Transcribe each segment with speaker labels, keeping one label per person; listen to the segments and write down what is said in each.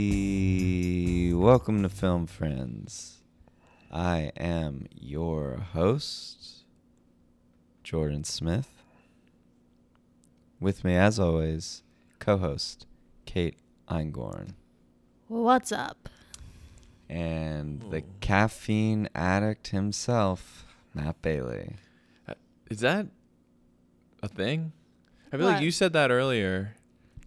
Speaker 1: Hey, welcome to Film Friends. I am your host, Jordan Smith. With me, as always, co host Kate Eingorn.
Speaker 2: What's up?
Speaker 1: And the
Speaker 3: Oh.
Speaker 1: caffeine addict himself, Matt Bailey.
Speaker 3: Uh, Is that a thing? I feel
Speaker 2: What?
Speaker 3: like you said that earlier,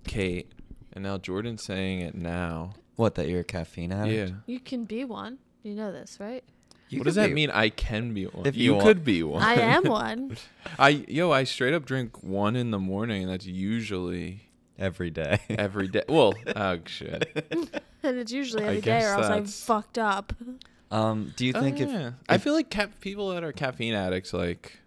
Speaker 3: Kate, and now Jordan's saying it now.
Speaker 1: What, that you're a caffeine
Speaker 3: Yeah.
Speaker 1: addict?
Speaker 2: You can be one. You know this, right?
Speaker 1: You
Speaker 3: what does
Speaker 1: could
Speaker 3: that
Speaker 1: be-
Speaker 3: mean? I can be one.
Speaker 1: If you
Speaker 3: you
Speaker 1: want.
Speaker 3: could be one.
Speaker 2: I am one.
Speaker 3: I yo, I straight up drink one in the morning, and that's usually
Speaker 1: Every day.
Speaker 3: every day. Well, oh shit.
Speaker 2: And it's usually
Speaker 3: I
Speaker 2: every day,
Speaker 3: guess
Speaker 2: or else I'm
Speaker 3: that's-
Speaker 2: fucked up.
Speaker 1: um, do you
Speaker 3: Oh,
Speaker 1: think if.
Speaker 3: yeah. I feel like ca- people that are caffeine addicts like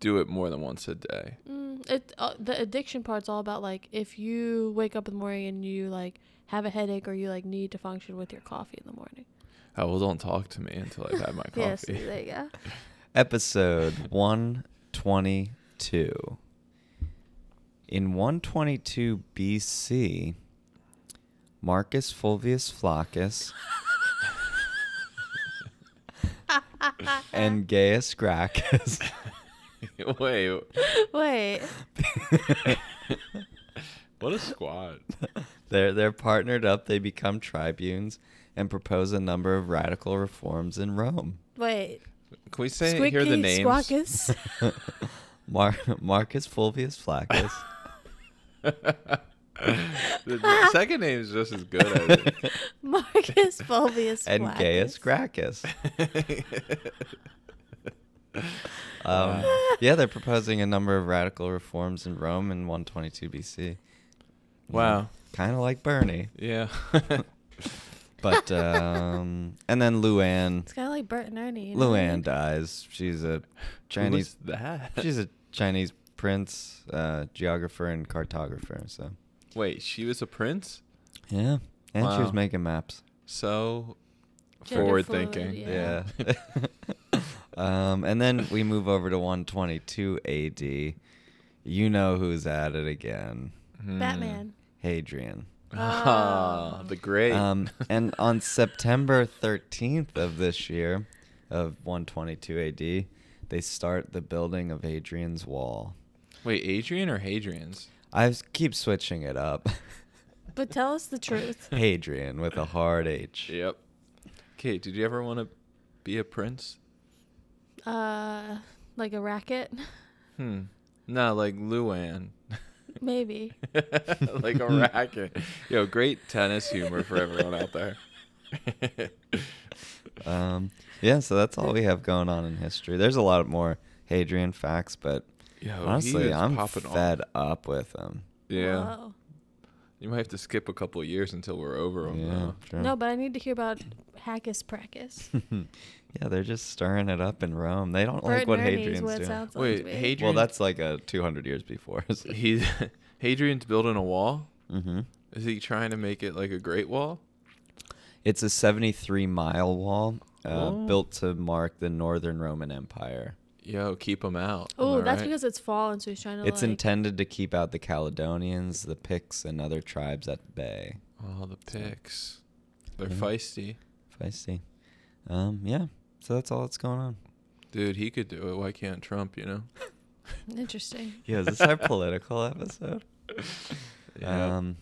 Speaker 3: do it more than once a day.
Speaker 2: Mm, it uh, the addiction part's all about like if you wake up in the morning and you like have a headache or you like need to function with your coffee in the morning.
Speaker 3: Oh well, don't talk to me until I've had my coffee.
Speaker 2: Yes, there you go.
Speaker 1: episode 122. In 122 BC, Marcus Fulvius Flaccus and Gaius Gracchus.
Speaker 3: Wait,
Speaker 2: Wait,
Speaker 3: what a squad.
Speaker 1: They're, they're partnered up, they become tribunes, and propose a number of radical reforms in Rome.
Speaker 2: wait.
Speaker 3: Can we say hear the
Speaker 2: Squeaky
Speaker 3: names?
Speaker 2: Squawkus.
Speaker 1: Mar- Marcus Fulvius Flaccus.
Speaker 3: The- the second name is just as good. I think.
Speaker 2: Marcus Fulvius
Speaker 1: and Gaius
Speaker 2: Flaccus.
Speaker 1: Gracchus. um, yeah, they're proposing a number of radical reforms in Rome in 122 BC.
Speaker 3: wow.
Speaker 1: Kind of like Bernie,
Speaker 3: Yeah.
Speaker 1: but um, and then Luann.
Speaker 2: It's kind of like Bert and Ernie. you know what I mean?
Speaker 1: Luann dies. She's a Chinese.
Speaker 3: Who was that?
Speaker 1: She's a Chinese prince, uh, geographer, and cartographer. So
Speaker 3: Wait, she was a prince.
Speaker 1: yeah, and she was
Speaker 3: Wow.
Speaker 1: making maps.
Speaker 3: So
Speaker 2: Gender
Speaker 3: forward
Speaker 2: fluid,
Speaker 3: thinking.
Speaker 1: Yeah.
Speaker 2: Yeah.
Speaker 1: um, and then we move over to 122 AD. You know who's at it again.
Speaker 3: Hmm.
Speaker 2: Batman.
Speaker 1: Hadrian.
Speaker 3: Ah, the great.
Speaker 1: Um, and on September 13th of this year, of 122 AD, they start the building of Hadrian's Wall.
Speaker 3: Wait, Adrian or Hadrian's?
Speaker 1: I s- keep switching it up.
Speaker 2: But tell us the truth.
Speaker 1: Hadrian with a hard H.
Speaker 3: Yep. Kate, did you ever want to be a prince?
Speaker 2: Uh, like a racket,
Speaker 3: Hmm. No, like Luann.
Speaker 2: maybe.
Speaker 3: like a racket. Yo, great tennis humor for everyone out there.
Speaker 1: Um, yeah, so that's all we have going on in history. There's a lot more Hadrian facts, but
Speaker 3: Yo, he
Speaker 1: honestly,
Speaker 3: is
Speaker 1: I'm
Speaker 3: popping off.
Speaker 1: fed up with them.
Speaker 3: Yeah.
Speaker 2: Whoa.
Speaker 3: You might have to skip a couple of years until we're over them.
Speaker 1: Yeah,
Speaker 3: Yeah.
Speaker 1: true.
Speaker 2: No, but I need to hear about Hackus Prackus.
Speaker 1: yeah, they're just stirring it up in Rome. They don't like
Speaker 2: Bert
Speaker 1: what
Speaker 2: and Ernie's
Speaker 1: Hadrian's
Speaker 2: what it
Speaker 1: doing.
Speaker 2: sounds like
Speaker 3: Wait,
Speaker 2: to me.
Speaker 1: Well,
Speaker 3: Hadrian.
Speaker 1: that's like a 200 years before. so-
Speaker 3: he's Hadrian's building a wall.
Speaker 1: Mhm.
Speaker 3: Is he trying to make it like a great wall?
Speaker 1: It's a 73 mile wall uh,
Speaker 3: Whoa.
Speaker 1: built to mark the Northern Roman Empire.
Speaker 3: Yo, keep him out. Am
Speaker 2: Oh,
Speaker 3: I
Speaker 2: that's
Speaker 3: right?
Speaker 2: because it's fall, and so he's trying to.
Speaker 1: It's
Speaker 2: like,
Speaker 1: intended to keep out the Caledonians, the Picts, and other tribes at bay.
Speaker 3: Oh, the picks. They're
Speaker 1: Yeah.
Speaker 3: feisty.
Speaker 1: If I see. Um, yeah, so that's all that's going on.
Speaker 3: Dude, he could do it. Why can't Trump, you know?
Speaker 2: Interesting.
Speaker 1: Yeah, is this our political episode?
Speaker 3: Yeah.
Speaker 1: Um,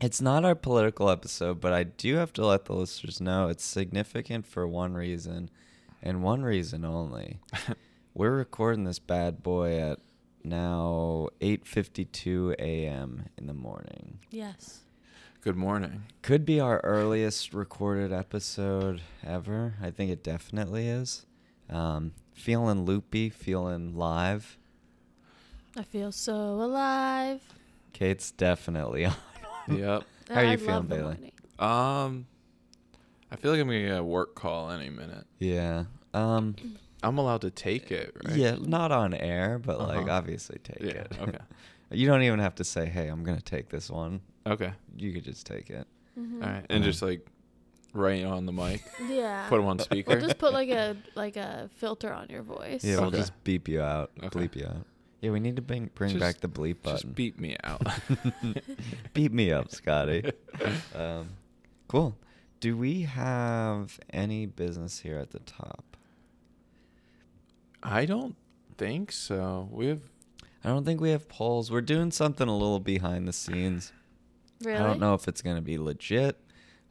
Speaker 1: it's not our political episode, but I do have to let the listeners know it's significant for one reason, and one reason only. We're recording this bad boy at now 8:52 a.m. in the morning.
Speaker 2: Yes.
Speaker 3: Good morning.
Speaker 1: Could be our earliest recorded episode ever. I think it definitely is. Um, feeling loopy, feeling live.
Speaker 2: I feel so alive.
Speaker 1: Kate's definitely on.
Speaker 3: yep.
Speaker 1: How are you
Speaker 2: I Oh, love
Speaker 1: feeling,
Speaker 2: the
Speaker 1: Bailey?
Speaker 2: morning.
Speaker 3: Um, I feel like I'm gonna get a work call any minute.
Speaker 1: Yeah. Um,
Speaker 3: I'm allowed to take it, right?
Speaker 1: Yeah, not on air, but like
Speaker 3: Uh-huh.
Speaker 1: obviously take
Speaker 3: Yeah,
Speaker 1: it.
Speaker 3: okay.
Speaker 1: you don't even have to say, "Hey, I'm gonna take this one."
Speaker 3: Okay.
Speaker 1: You could just take it.
Speaker 2: Mhm.
Speaker 3: All right. And just like right on the mic.
Speaker 2: Yeah.
Speaker 3: Put him on
Speaker 2: We'll
Speaker 3: speaker.
Speaker 2: just put like a like a filter on your voice.
Speaker 1: Yeah, we'll
Speaker 3: Okay.
Speaker 1: just beep you out,
Speaker 3: Okay.
Speaker 1: bleep you out. Yeah, we need to bring bring
Speaker 3: Just-
Speaker 1: back the bleep button.
Speaker 3: Just beat me out.
Speaker 1: Beat me up, Scotty. um, cool. Do we have any business here at the top?
Speaker 3: I don't think so. We have
Speaker 1: I don't think we have polls. We're doing something a little behind the scenes.
Speaker 2: Really?
Speaker 1: I don't know if it's going to be legit.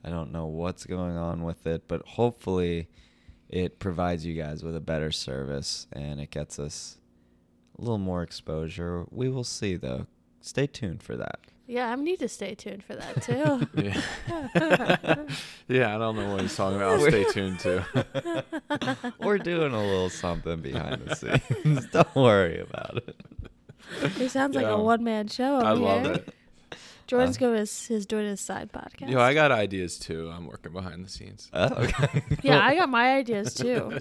Speaker 1: I don't know what's going on with it, but hopefully it provides you guys with a better service and it gets us a little more exposure. We will see though. Stay tuned for that.
Speaker 2: Yeah, I need to stay tuned for that too.
Speaker 3: Yeah. yeah, I don't know what he's talking about. I'll stay tuned too.
Speaker 1: We're doing a little something behind the scenes. Don't worry about it.
Speaker 2: It sounds like
Speaker 3: Yeah.
Speaker 2: a one man show. Over
Speaker 3: I love
Speaker 2: here.
Speaker 3: it.
Speaker 2: eh? Jordan's
Speaker 1: Uh,
Speaker 2: going his, his doing his side podcast.
Speaker 3: Yo, I got ideas too. I'm working behind the scenes.
Speaker 1: Oh, okay.
Speaker 2: yeah, I got my ideas too.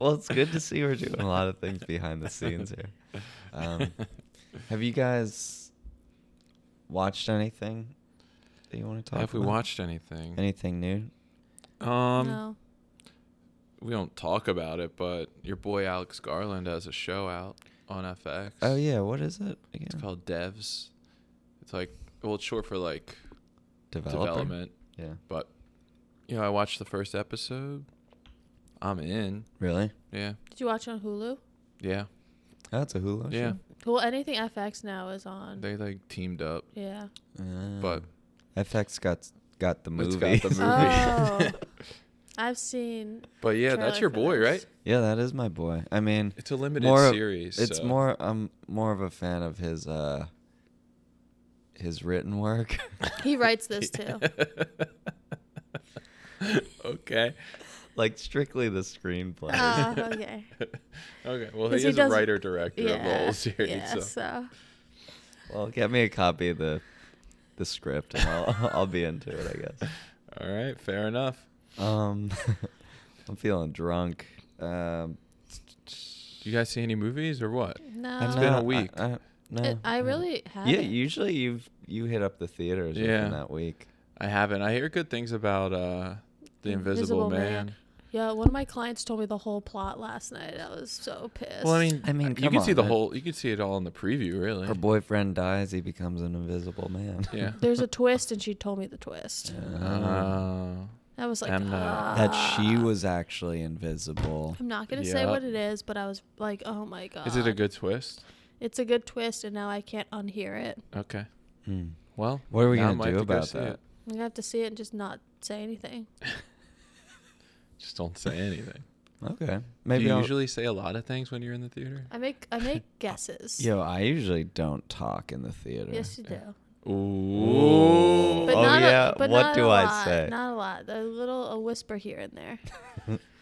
Speaker 1: Well, it's good to see we're doing a lot of things behind the scenes here. Um, have you guys watched anything that you want to talk
Speaker 3: Have we
Speaker 1: about?
Speaker 3: watched anything?
Speaker 1: anything new?
Speaker 3: um,
Speaker 2: no.
Speaker 3: we don't talk about it, but your boy Alex Garland has a show out on FX.
Speaker 1: Oh yeah, what is it? Again?
Speaker 3: it's called Devs. It's like well, it's short for like
Speaker 1: Developer?
Speaker 3: development,
Speaker 1: Yeah.
Speaker 3: but you know, I watched the first episode. I'm in.
Speaker 1: Really?
Speaker 3: Yeah,
Speaker 2: Did you watch on Hulu?
Speaker 3: yeah,
Speaker 1: Oh, it's a Hulu
Speaker 3: yeah.
Speaker 2: Well, anything FX now is on.
Speaker 3: They like teamed up,
Speaker 2: yeah.
Speaker 1: show. Uh,
Speaker 3: but
Speaker 1: FX got got the
Speaker 3: It's
Speaker 1: movie.
Speaker 3: got the
Speaker 2: Oh.
Speaker 3: movie.
Speaker 2: I've seen.
Speaker 3: but yeah, that's
Speaker 2: trailer
Speaker 3: your
Speaker 2: for
Speaker 3: boy,
Speaker 2: this.
Speaker 3: right?
Speaker 1: yeah, that is my boy. I mean,
Speaker 3: It's a limited
Speaker 1: more of-
Speaker 3: series.
Speaker 1: it's
Speaker 3: so-
Speaker 1: more. I'm more of a fan of his uh his written work.
Speaker 2: He writes this too.
Speaker 3: okay.
Speaker 1: like strictly the screenplay.
Speaker 2: Oh, okay.
Speaker 3: Okay. Well, he
Speaker 2: 'Cause
Speaker 3: is
Speaker 2: he
Speaker 3: a
Speaker 2: does-
Speaker 3: writer director of the
Speaker 2: Yeah.
Speaker 3: whole series.
Speaker 2: yeah,
Speaker 3: so.
Speaker 2: so.
Speaker 1: Well, get me a copy of the the script, and I'll I'll be into it, I guess.
Speaker 3: All right. Fair enough.
Speaker 1: Um, I'm feeling drunk. Um,
Speaker 3: You guys see any movies or what?
Speaker 2: No.
Speaker 1: I'm
Speaker 3: It's been a
Speaker 1: not- I-
Speaker 3: week.
Speaker 1: Uh, I, no,
Speaker 2: It- I
Speaker 1: no.
Speaker 2: really haven't.
Speaker 1: Yeah, usually you've you hit up the theaters
Speaker 3: Yeah.
Speaker 1: within that week.
Speaker 3: I haven't. I hear good things about uh, the Invisible,
Speaker 2: Invisible
Speaker 3: Man.
Speaker 2: Man. Yeah, one of my clients told me the whole plot last night. I was so pissed.
Speaker 3: Well, I mean,
Speaker 1: I mean,
Speaker 3: you
Speaker 1: come
Speaker 3: can see
Speaker 1: on,
Speaker 3: the
Speaker 1: that-
Speaker 3: whole. You can see it all in the preview, really.
Speaker 1: Her boyfriend dies, he becomes an invisible man.
Speaker 3: yeah.
Speaker 2: there's a twist, and she told me the twist.
Speaker 3: Uh,
Speaker 2: I was like,
Speaker 3: I'm not-
Speaker 1: that she
Speaker 2: "Ah."
Speaker 1: was actually invisible.
Speaker 2: I'm not gonna say
Speaker 3: Yeah.
Speaker 2: what it is, but I was like, oh my
Speaker 1: uh,
Speaker 2: god.
Speaker 3: is it a good twist?
Speaker 2: It's a good twist, and now I can't unhear it.
Speaker 3: Okay.
Speaker 1: Hmm.
Speaker 3: Well,
Speaker 1: What are we
Speaker 3: now I
Speaker 1: gonna
Speaker 3: might
Speaker 1: do
Speaker 3: have to go
Speaker 1: about
Speaker 3: see
Speaker 1: that?
Speaker 3: it.
Speaker 2: I'm gonna have to see it and just not say anything.
Speaker 3: Just don't say anything.
Speaker 1: Okay, maybe
Speaker 3: do you
Speaker 1: I'll-
Speaker 3: usually say a lot of things when you're in the theater?
Speaker 2: I make I make guesses.
Speaker 1: Yo, I usually don't talk in the theater.
Speaker 2: Yes, you do.
Speaker 3: Ooh.
Speaker 2: But
Speaker 1: Oh,
Speaker 2: not
Speaker 1: yeah,
Speaker 2: A, but
Speaker 1: what
Speaker 2: not
Speaker 1: do
Speaker 2: a
Speaker 1: I
Speaker 2: lot.
Speaker 1: say?
Speaker 2: Not a lot. A little a whisper here and there.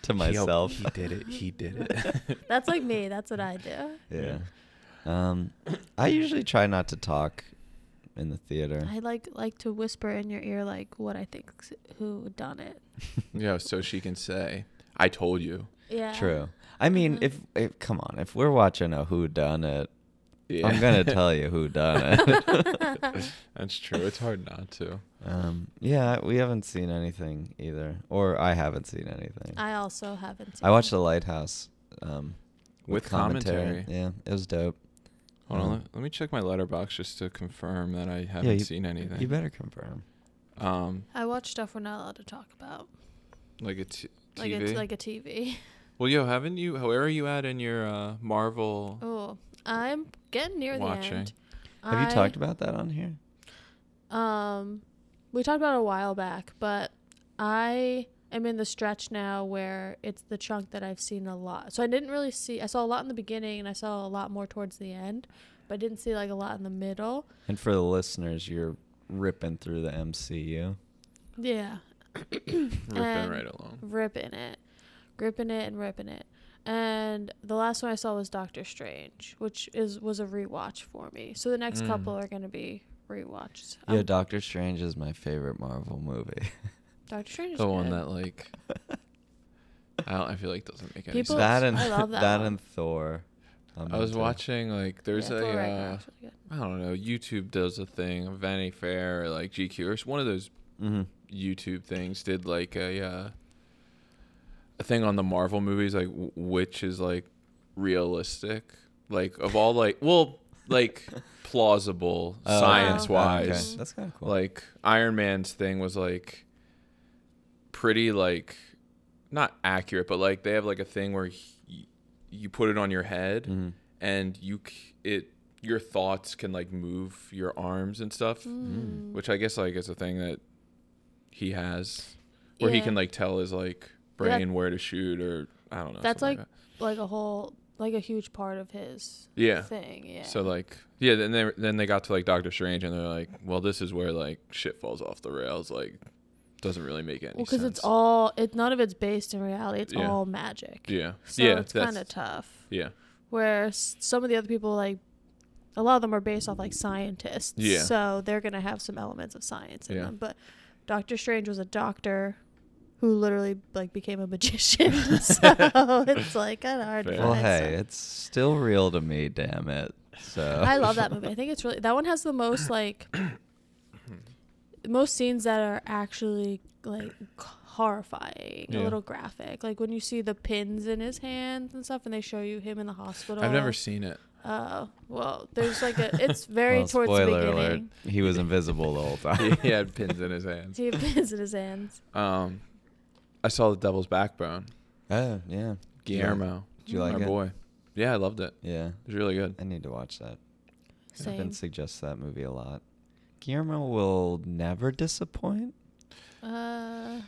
Speaker 1: to myself.
Speaker 3: He, did it. He did it.
Speaker 2: That's like me. That's what I do.
Speaker 1: Yeah. Um, I usually try not to talk in the theater.
Speaker 2: I like like to whisper in your ear like what I think who done it.
Speaker 3: yeah, so she can say, "I told you."
Speaker 2: Yeah.
Speaker 1: True. I mean,
Speaker 2: Mhm.
Speaker 1: if, if come on, if we're watching a Who Done It,
Speaker 3: Yeah.
Speaker 1: I'm gonna tell you Who Done It.
Speaker 3: That's true. It's hard not to.
Speaker 1: um, yeah, we haven't seen anything either, or I haven't seen anything. I,
Speaker 2: I also haven't. Seen
Speaker 1: watched
Speaker 2: it.
Speaker 1: The Lighthouse. Um,
Speaker 3: With commentary.
Speaker 1: Yeah, it was dope.
Speaker 3: Hold on,
Speaker 1: Um,
Speaker 3: let, let me check my letterbox just to confirm that I haven't
Speaker 1: you-
Speaker 3: seen anything.
Speaker 1: You better confirm.
Speaker 3: Um,
Speaker 2: I watch stuff we're not allowed to talk about.
Speaker 3: like a t- TV.
Speaker 2: Like a, like a TV.
Speaker 3: well, yo, haven't you? Where are you at in your uh, Marvel?
Speaker 2: Oh, I'm getting near
Speaker 3: Watching.
Speaker 2: the end.
Speaker 1: Have you talked about that on here?
Speaker 2: Um, we talked about it a while back, but I am in the stretch now where it's the chunk that I've seen a lot. So I didn't really see. I saw a lot in the beginning, and I saw a lot more towards the end, but I didn't see like a lot in the middle.
Speaker 1: And for the listeners, you're ripping through the MCU.
Speaker 2: Yeah,
Speaker 3: Ripping
Speaker 2: Um,
Speaker 3: right along.
Speaker 2: ripping it, gripping it, and ripping it. And the last one I saw was Doctor Strange, which is was a rewatch for me. So the next
Speaker 3: Mm.
Speaker 2: couple are gonna be rewatched.
Speaker 1: Yeah,
Speaker 2: Um,
Speaker 1: Doctor Strange is my favorite Marvel movie.
Speaker 2: Doctor Strange. is
Speaker 3: The one
Speaker 2: good.
Speaker 3: that like, I don't. I feel like doesn't make any
Speaker 2: People-
Speaker 3: sense.
Speaker 1: that and
Speaker 2: I love that one.
Speaker 1: and Thor. I'm
Speaker 3: I was
Speaker 1: into.
Speaker 3: watching like there's
Speaker 2: Yeah,
Speaker 3: a
Speaker 2: Thor
Speaker 3: uh,
Speaker 2: Ragnarok's really good.
Speaker 3: I don't know YouTube does a thing Vanity Fair or like GQ or s- one of those
Speaker 1: Mhm.
Speaker 3: YouTube things did like a uh, a thing on the Marvel movies, like w- which is like realistic like of all like well like plausible
Speaker 1: Oh, okay.
Speaker 3: science
Speaker 1: Okay,
Speaker 3: wise
Speaker 1: That's kind of cool.
Speaker 3: like Iron Man's thing was like pretty like not accurate, but like they have like a thing where he, you put it on your head
Speaker 1: Mhm.
Speaker 3: and you c- it your thoughts can like move your arms and stuff,
Speaker 2: Mm-hmm.
Speaker 3: Mm.
Speaker 2: Mm.
Speaker 3: which I guess like is a thing that he has where he
Speaker 2: Yeah.
Speaker 3: can like tell his like
Speaker 2: Yeah.
Speaker 3: brain where to shoot or I don't know.
Speaker 2: That's
Speaker 3: something
Speaker 2: like like a whole like a huge part of his
Speaker 3: that. yeah.
Speaker 2: thing. Yeah.
Speaker 3: So like yeah, then they then they got to like Doctor Strange and they're like, well, this is where like shit falls off the rails. Like, doesn't really make any
Speaker 2: well,
Speaker 3: sense.
Speaker 2: because it's all it none of it's based in reality. It's
Speaker 3: Yeah.
Speaker 2: all magic.
Speaker 3: yeah,
Speaker 2: So
Speaker 3: yeah,
Speaker 2: it's
Speaker 3: that's-
Speaker 2: kind of tough.
Speaker 3: yeah,
Speaker 2: Where s- some of the other people like. A lot of them are based off like scientists,
Speaker 3: Yeah.
Speaker 2: so they're gonna have some elements of science in
Speaker 3: Yeah.
Speaker 2: them. But Doctor Strange was a doctor who literally like became a magician, so it's like kind of hard. to
Speaker 3: Fair.
Speaker 1: well,
Speaker 2: find
Speaker 1: hey,
Speaker 2: some-
Speaker 1: it's still real to me, damn it. So
Speaker 2: I love that movie. I think it's really that one has the most like most scenes that are actually like horrifying, a
Speaker 3: Yeah.
Speaker 2: little graphic. Like when you see the pins in his hands and stuff, and they show you him in the hospital.
Speaker 3: I've never seen it.
Speaker 2: Oh well, there's like a. It's very
Speaker 1: Well,
Speaker 2: towards the
Speaker 1: spoiler alert,
Speaker 2: beginning.
Speaker 1: he was invisible the whole time.
Speaker 3: he had pins in his hands.
Speaker 2: He has pins in his hands.
Speaker 3: Um, I saw the Devil's Backbone.
Speaker 1: oh yeah, Do you like-
Speaker 3: Guillermo,
Speaker 1: Do you like
Speaker 3: our
Speaker 1: it?
Speaker 3: boy. Yeah, I loved it.
Speaker 1: Yeah,
Speaker 3: It was really good.
Speaker 1: I need to watch that. I've
Speaker 2: Same.
Speaker 1: been suggests that movie a lot. Guillermo will never disappoint.
Speaker 2: Uh,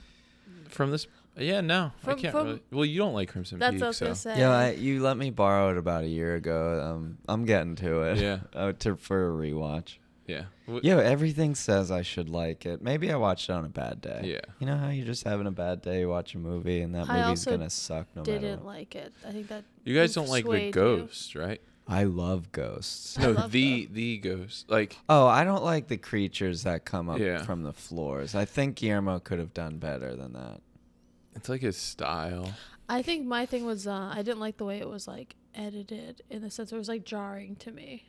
Speaker 3: From this, yeah, no,
Speaker 2: From-
Speaker 3: I can't
Speaker 2: from-
Speaker 3: really. Well, you don't like Crimson
Speaker 2: that's
Speaker 3: Peak,
Speaker 2: what I was
Speaker 3: so
Speaker 2: gonna say.
Speaker 1: Yeah, I, you let me borrow it about a year ago. Um, I'm getting to it.
Speaker 3: Yeah.
Speaker 1: oh, to for a rewatch.
Speaker 3: yeah, W-
Speaker 1: Yo, everything says I should like it. Maybe I watched it on a bad day.
Speaker 3: Yeah.
Speaker 1: You know how you're just having a bad day, you watch a movie, and that
Speaker 2: I
Speaker 1: movie's
Speaker 2: also
Speaker 1: gonna suck no matter.
Speaker 2: didn't
Speaker 1: What.
Speaker 2: like it. I think that
Speaker 3: You guys don't like
Speaker 2: swayed
Speaker 3: the
Speaker 2: you.
Speaker 3: ghost, right?
Speaker 1: I love ghosts.
Speaker 2: I
Speaker 3: No,
Speaker 2: love
Speaker 3: the the ghost. Like,
Speaker 1: Oh, I don't like the creatures that come up
Speaker 3: Yeah.
Speaker 1: from the floors. I think Guillermo could have done better than that.
Speaker 3: it's like his style.
Speaker 2: I think my thing was uh, I didn't like the way it was like edited in the sense it was like jarring to me.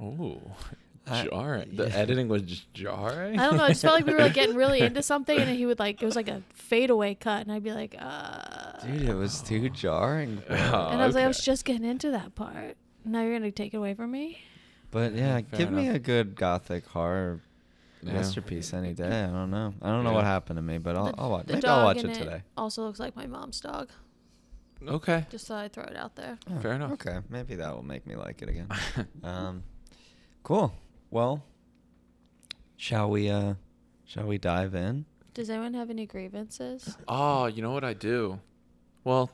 Speaker 3: Oh,
Speaker 1: I-
Speaker 3: jarring. The
Speaker 1: yeah.
Speaker 3: editing was just jarring.
Speaker 2: I don't know. I just felt like we were like getting really into something, and he would like it was like a fadeaway cut, and I'd be like, uh.
Speaker 1: Dude, it was too jarring. bro.
Speaker 3: Oh,
Speaker 2: and I was like, I
Speaker 3: okay.
Speaker 2: was just getting into that part. Now you're gonna take it away from me.
Speaker 1: But yeah,
Speaker 3: Fair
Speaker 1: give me
Speaker 3: enough.
Speaker 1: a good gothic horror
Speaker 3: Yeah.
Speaker 1: masterpiece any day. I don't know. I don't know
Speaker 3: Yeah.
Speaker 1: what happened to me, but I'll,
Speaker 2: The-
Speaker 1: I'll watch.
Speaker 2: the
Speaker 1: Maybe I'll
Speaker 2: dog
Speaker 1: watch
Speaker 2: in
Speaker 1: it today.
Speaker 2: Also looks like my mom's dog.
Speaker 3: Okay,
Speaker 2: Just thought I'd throw it out there.
Speaker 1: Oh,
Speaker 3: Fair enough.
Speaker 1: Okay, maybe that will make me like it again. um, cool. Well, shall we? Uh, shall we dive in?
Speaker 2: Does anyone have any grievances?
Speaker 3: Oh, you know what I do? Well,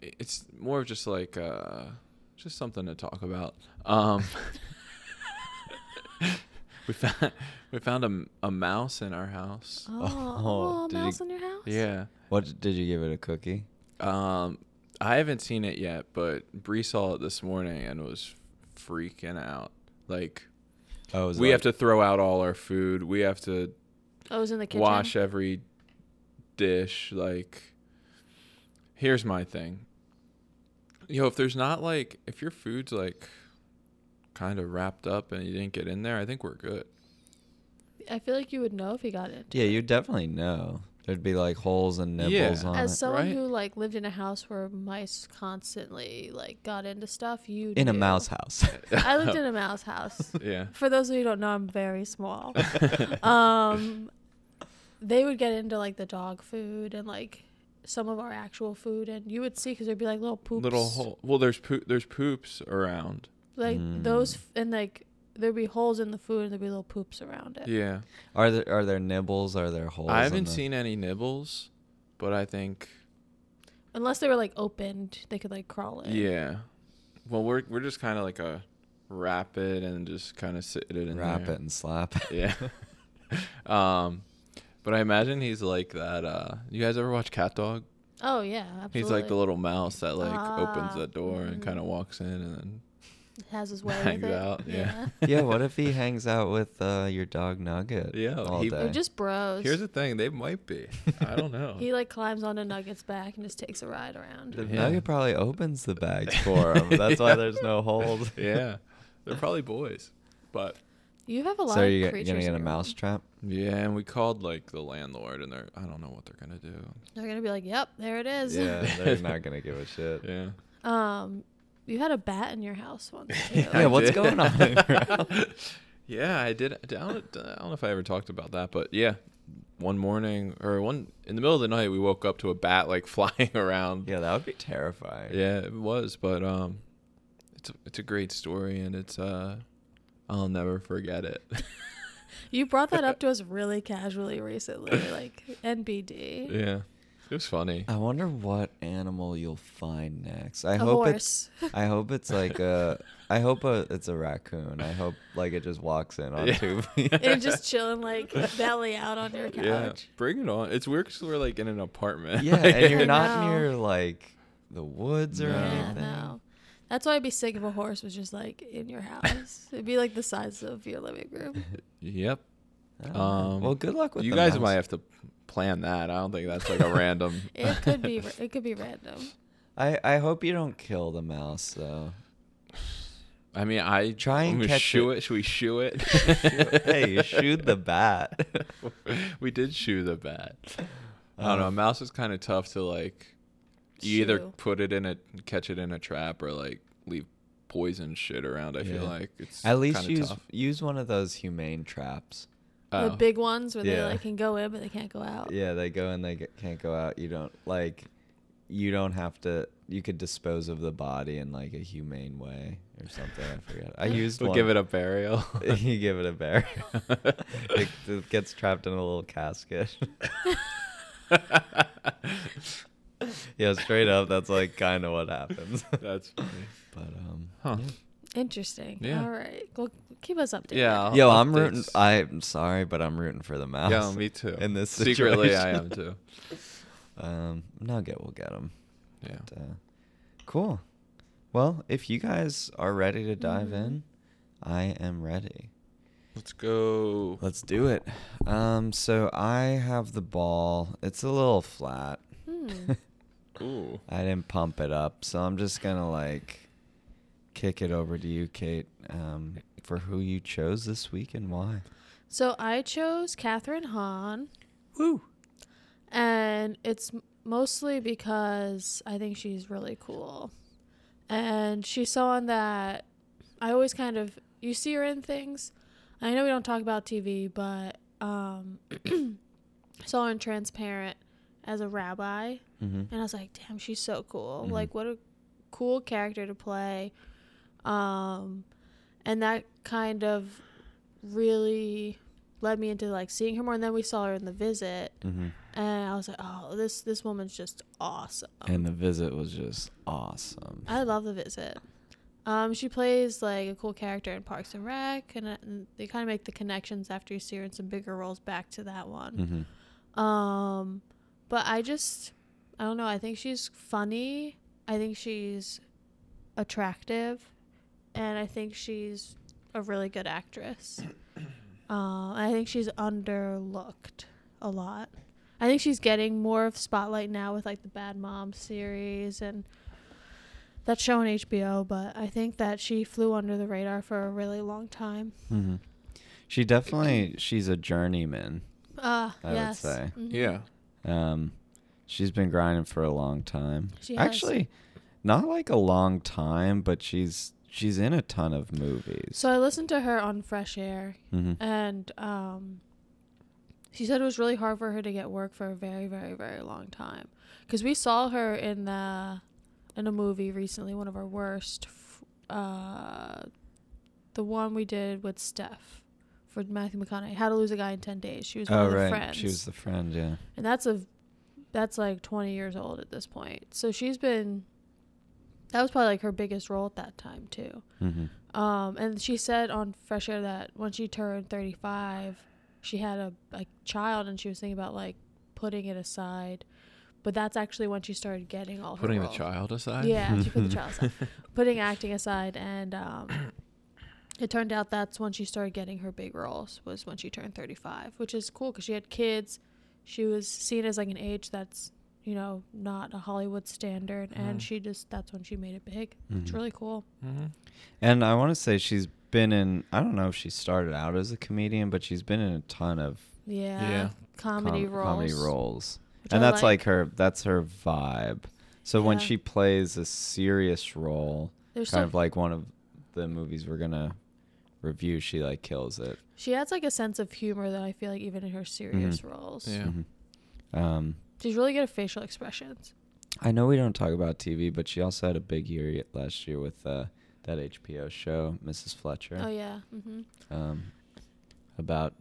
Speaker 3: i- it's more of just like uh just something to talk about. Um We found we found a, m- a mouse in our house.
Speaker 2: Oh,
Speaker 1: Oh,
Speaker 2: oh,
Speaker 1: did you-
Speaker 2: mouse in your house.
Speaker 3: Yeah.
Speaker 1: What did you give it a cookie?
Speaker 3: Um I haven't seen it yet, but Bree saw it this morning and was freaking out. Like
Speaker 1: Oh, was it
Speaker 3: we
Speaker 1: like-
Speaker 3: have to throw out all our food. We have to
Speaker 2: Oh, it was in the kitchen.
Speaker 3: wash every dish. Like, here's my thing. Yo, if there's not like, if your food's like kind of wrapped up and you didn't get in there, I think we're good.
Speaker 2: I feel like you would know if he got it.
Speaker 1: Yeah, you definitely know. There'd be like holes and
Speaker 3: Yeah.
Speaker 1: nipples on
Speaker 2: As
Speaker 1: it.
Speaker 2: someone
Speaker 3: right?
Speaker 2: who like lived in a house where mice constantly like got into stuff, you
Speaker 1: in a
Speaker 2: knew.
Speaker 1: mouse house.
Speaker 2: I lived in a mouse house.
Speaker 3: yeah.
Speaker 2: For those of you who don't know, I'm very small. um, they would get into like the dog food and like some of our actual food, and you would see because there'd be like little poops,
Speaker 3: Little hole. Well, there's poop. There's poops around.
Speaker 2: like
Speaker 1: Mm.
Speaker 2: those, f- and like there'd be holes in the food, and there'd be little poops around it.
Speaker 3: Yeah.
Speaker 1: are there are there nibbles? Are there holes?
Speaker 3: I
Speaker 1: in
Speaker 3: haven't
Speaker 1: the-
Speaker 3: seen any nibbles, but I think
Speaker 2: Unless they were like opened, they could like crawl in.
Speaker 3: yeah. Well, we're we're just kind of like a wrap it and just kind of sit it in
Speaker 1: Wrap
Speaker 3: there.
Speaker 1: it and slap. it.
Speaker 3: Yeah. um, but I imagine he's like that. Uh, you guys ever watch Cat Dog?
Speaker 2: Oh yeah, absolutely.
Speaker 3: He's like the little mouse that like opens
Speaker 2: Ah,
Speaker 3: that door and
Speaker 2: mhm.
Speaker 3: kind of walks in and then
Speaker 2: has his way
Speaker 3: hangs
Speaker 2: with it.
Speaker 3: out, yeah.
Speaker 1: yeah. What if he hangs out with uh, your dog Nugget?
Speaker 3: Yeah, oh,
Speaker 1: all
Speaker 3: he-
Speaker 2: They're
Speaker 1: day.
Speaker 2: just bros.
Speaker 3: Here's the thing, they might be. I don't know.
Speaker 2: He like climbs onto Nugget's back and just takes a ride around.
Speaker 1: The
Speaker 3: Yeah.
Speaker 1: Nugget probably opens the bags for him. That's why there's no holes.
Speaker 3: yeah. They're probably boys. But
Speaker 2: You have a lot
Speaker 1: So
Speaker 2: of
Speaker 1: you are
Speaker 2: creatures.
Speaker 1: gonna
Speaker 2: in
Speaker 1: get
Speaker 2: your
Speaker 1: a
Speaker 2: room.
Speaker 1: mouse trap?
Speaker 3: yeah, and we called like the landlord and they're I don't know what they're going to do.
Speaker 2: They're gonna be like, "Yep, there it is."
Speaker 1: they're not gonna give a shit.
Speaker 3: Yeah.
Speaker 2: Um, You had a bat in your house once.
Speaker 3: Yeah,
Speaker 2: too.
Speaker 1: Yeah,
Speaker 3: I
Speaker 1: what's
Speaker 3: did.
Speaker 1: going on, bro?
Speaker 3: yeah, I did. I don't, I don't know if I ever talked about that, but yeah, one morning or one in the middle of the night, we woke up to a bat like flying around.
Speaker 1: Yeah, that would be terrifying.
Speaker 3: Yeah, it was, but um, it's a, it's a great story, and it's uh, I'll never forget it.
Speaker 2: You brought that up to us really casually recently, like NBD.
Speaker 3: yeah, it was funny.
Speaker 1: I wonder what animal you'll find next. I
Speaker 2: A
Speaker 1: hope
Speaker 2: horse.
Speaker 1: it's I hope it's like a I hope a, it's a raccoon. I hope like it just walks in on
Speaker 3: Yeah.
Speaker 1: two feet.
Speaker 2: and just chilling like belly out on your
Speaker 3: Yeah,
Speaker 2: couch.
Speaker 3: bring it on. It's weird because we're like in an apartment.
Speaker 1: Yeah, and you're
Speaker 2: I
Speaker 1: not
Speaker 2: know.
Speaker 1: near like the woods or
Speaker 3: No. Yeah,
Speaker 1: anything.
Speaker 2: no. That's why I'd be sick if a horse was just like in your house. It'd be like the size of your living room.
Speaker 3: Yep.
Speaker 1: I don't know.
Speaker 3: Um,
Speaker 1: Oh. well, good luck with
Speaker 3: you
Speaker 1: the
Speaker 3: guys
Speaker 1: mouse.
Speaker 3: might have to plan that. I don't think that's like a random.
Speaker 2: It could be. ra- It could be random.
Speaker 1: I I hope you don't kill the mouse though.
Speaker 3: I mean, I
Speaker 1: Try and
Speaker 3: we
Speaker 1: catch
Speaker 3: shoo
Speaker 1: it.
Speaker 3: it. Should we shoo it?
Speaker 1: hey, shoot the bat.
Speaker 3: we did shoo the bat. I
Speaker 1: Uh.
Speaker 3: don't know. A mouse is kind of tough to like. You either
Speaker 2: Shoo.
Speaker 3: put it in a catch it in a trap or like leave poison shit around. I
Speaker 1: Yeah.
Speaker 3: feel like it's
Speaker 1: At least
Speaker 3: kinda
Speaker 1: use
Speaker 3: tough.
Speaker 1: use one of those humane traps.
Speaker 2: The
Speaker 3: Oh.
Speaker 2: big ones where
Speaker 1: Yeah.
Speaker 2: they like can go in but they can't go out.
Speaker 1: Yeah, they go and they get, can't go out. You don't like, you don't have to. You could dispose of the body in like a humane way or something. I forget. I used
Speaker 3: we'll
Speaker 1: one.
Speaker 3: give it a burial.
Speaker 1: you give it a bear. it, it gets trapped in a little casket. yeah, straight up, that's like kind of what happens.
Speaker 3: That's funny.
Speaker 1: but um,
Speaker 3: Huh.
Speaker 2: Interesting.
Speaker 3: Yeah.
Speaker 2: All right. Well, keep us updated.
Speaker 3: Yeah. I'll-
Speaker 1: yo, I'm
Speaker 3: Uh, updates.
Speaker 1: rooting. I'm sorry, but I'm rooting for the mouse.
Speaker 3: Yeah, me too.
Speaker 1: In this
Speaker 3: secretly, I
Speaker 1: situation.
Speaker 3: am too.
Speaker 1: Um, Nugget will get him.
Speaker 3: Yeah.
Speaker 1: But, uh, cool. Well, if you guys are ready to dive
Speaker 2: Mhm.
Speaker 1: in,
Speaker 3: Mm-hmm.
Speaker 1: I am ready.
Speaker 3: Let's go.
Speaker 1: Let's do it. Um, so I have the ball. It's a little flat.
Speaker 2: Hmm.
Speaker 3: Ooh.
Speaker 1: I didn't pump it up, so I'm just gonna like kick it over to you, Kate, um, for who you chose this week and why.
Speaker 2: So I chose Catherine Hahn,
Speaker 1: Woo.
Speaker 2: and it's m- mostly because I think she's really cool. And she's someone that I always kind of you see her in things. I know we don't talk about TV, but um, saw her in Transparent as a rabbi,
Speaker 1: Mm-hmm.
Speaker 2: and I was like, damn, she's so cool.
Speaker 1: Mhm.
Speaker 2: Like, what a cool character to play. Um, and that kind of really led me into like seeing her more. And then we saw her in the visit,
Speaker 1: Mm-hmm.
Speaker 2: and I was like, oh, this this woman's just awesome.
Speaker 1: And the visit was just awesome.
Speaker 2: I love the visit. Um, she plays like a cool character in Parks and Rec, and, uh, and they kind of make the connections after you see her in some bigger roles back to that one.
Speaker 1: Mm-hmm.
Speaker 2: Um, but I just, I don't know. I think she's funny. I think she's attractive, and I think she's a really good actress. Uh, I think she's underlooked a lot. I think she's getting more of spotlight now with like the Bad Mom series and that show on HBO. But I think that she flew under the radar for a really long time.
Speaker 1: Mm-hmm. She definitely she's a journeyman.
Speaker 2: Uh,
Speaker 1: I would
Speaker 2: yes.
Speaker 1: say.
Speaker 2: Mhm.
Speaker 3: Yeah.
Speaker 1: Um, she's been grinding for a long time.
Speaker 2: She has.
Speaker 1: Actually, not like a long time, but she's she's in a ton of movies.
Speaker 2: So uh, I listened to her on Fresh Air
Speaker 1: hmm
Speaker 2: and um, she said it was really hard for her to get work for a very, very, very long time. Because we saw her in the in a movie recently, one of our worst, f- uh, the one we did with Steph for Matthew McConaughey, How to Lose a Guy in Ten Days. She was one
Speaker 1: oh
Speaker 2: of the
Speaker 1: right,
Speaker 2: friends,
Speaker 1: she was the friend. Yeah.
Speaker 2: and that's a that's like twenty years old at this point. So she's been that was probably like her biggest role at that time too.
Speaker 1: Mm-hmm.
Speaker 2: Um, and she said on Fresh Air that when she turned 35, she had a, a child and she was thinking about like putting it aside. But that's actually when she started getting all her
Speaker 3: Putting the
Speaker 2: roles.
Speaker 3: child aside.
Speaker 2: Yeah, she put the child
Speaker 1: Mm-hmm.
Speaker 2: aside, putting acting aside, and um, it turned out that's when she started getting her big roles. Was when she turned 35, which is cool because she had kids. She was seen as like an age that's you know not a Hollywood standard, and
Speaker 3: Mhm.
Speaker 2: she just that's when she made it big. It's
Speaker 1: Mhm.
Speaker 2: really cool.
Speaker 3: hmm
Speaker 1: And I want to say she's been in. I don't know if she started out as a comedian, but she's been in a ton of
Speaker 2: Yeah.
Speaker 3: Yeah.
Speaker 2: Comedy
Speaker 1: com-
Speaker 2: roles.
Speaker 1: comedy roles.
Speaker 2: which
Speaker 1: and
Speaker 2: I
Speaker 1: that's like. her that's her vibe so when
Speaker 2: Yeah.
Speaker 1: she plays a serious role
Speaker 2: There's
Speaker 1: kind
Speaker 2: some,
Speaker 1: of like one of the movies we're gonna review. She like kills it.
Speaker 2: she has like a sense of humor that I feel like even in her serious roles,
Speaker 3: Yeah.
Speaker 1: Mhm. Um,
Speaker 2: she's really good at facial expressions.
Speaker 1: I know we don't talk about TV, but she also had a big year y- last year with uh, that HBO show, Mrs. Fletcher.
Speaker 2: Oh yeah. hmm
Speaker 1: Um, about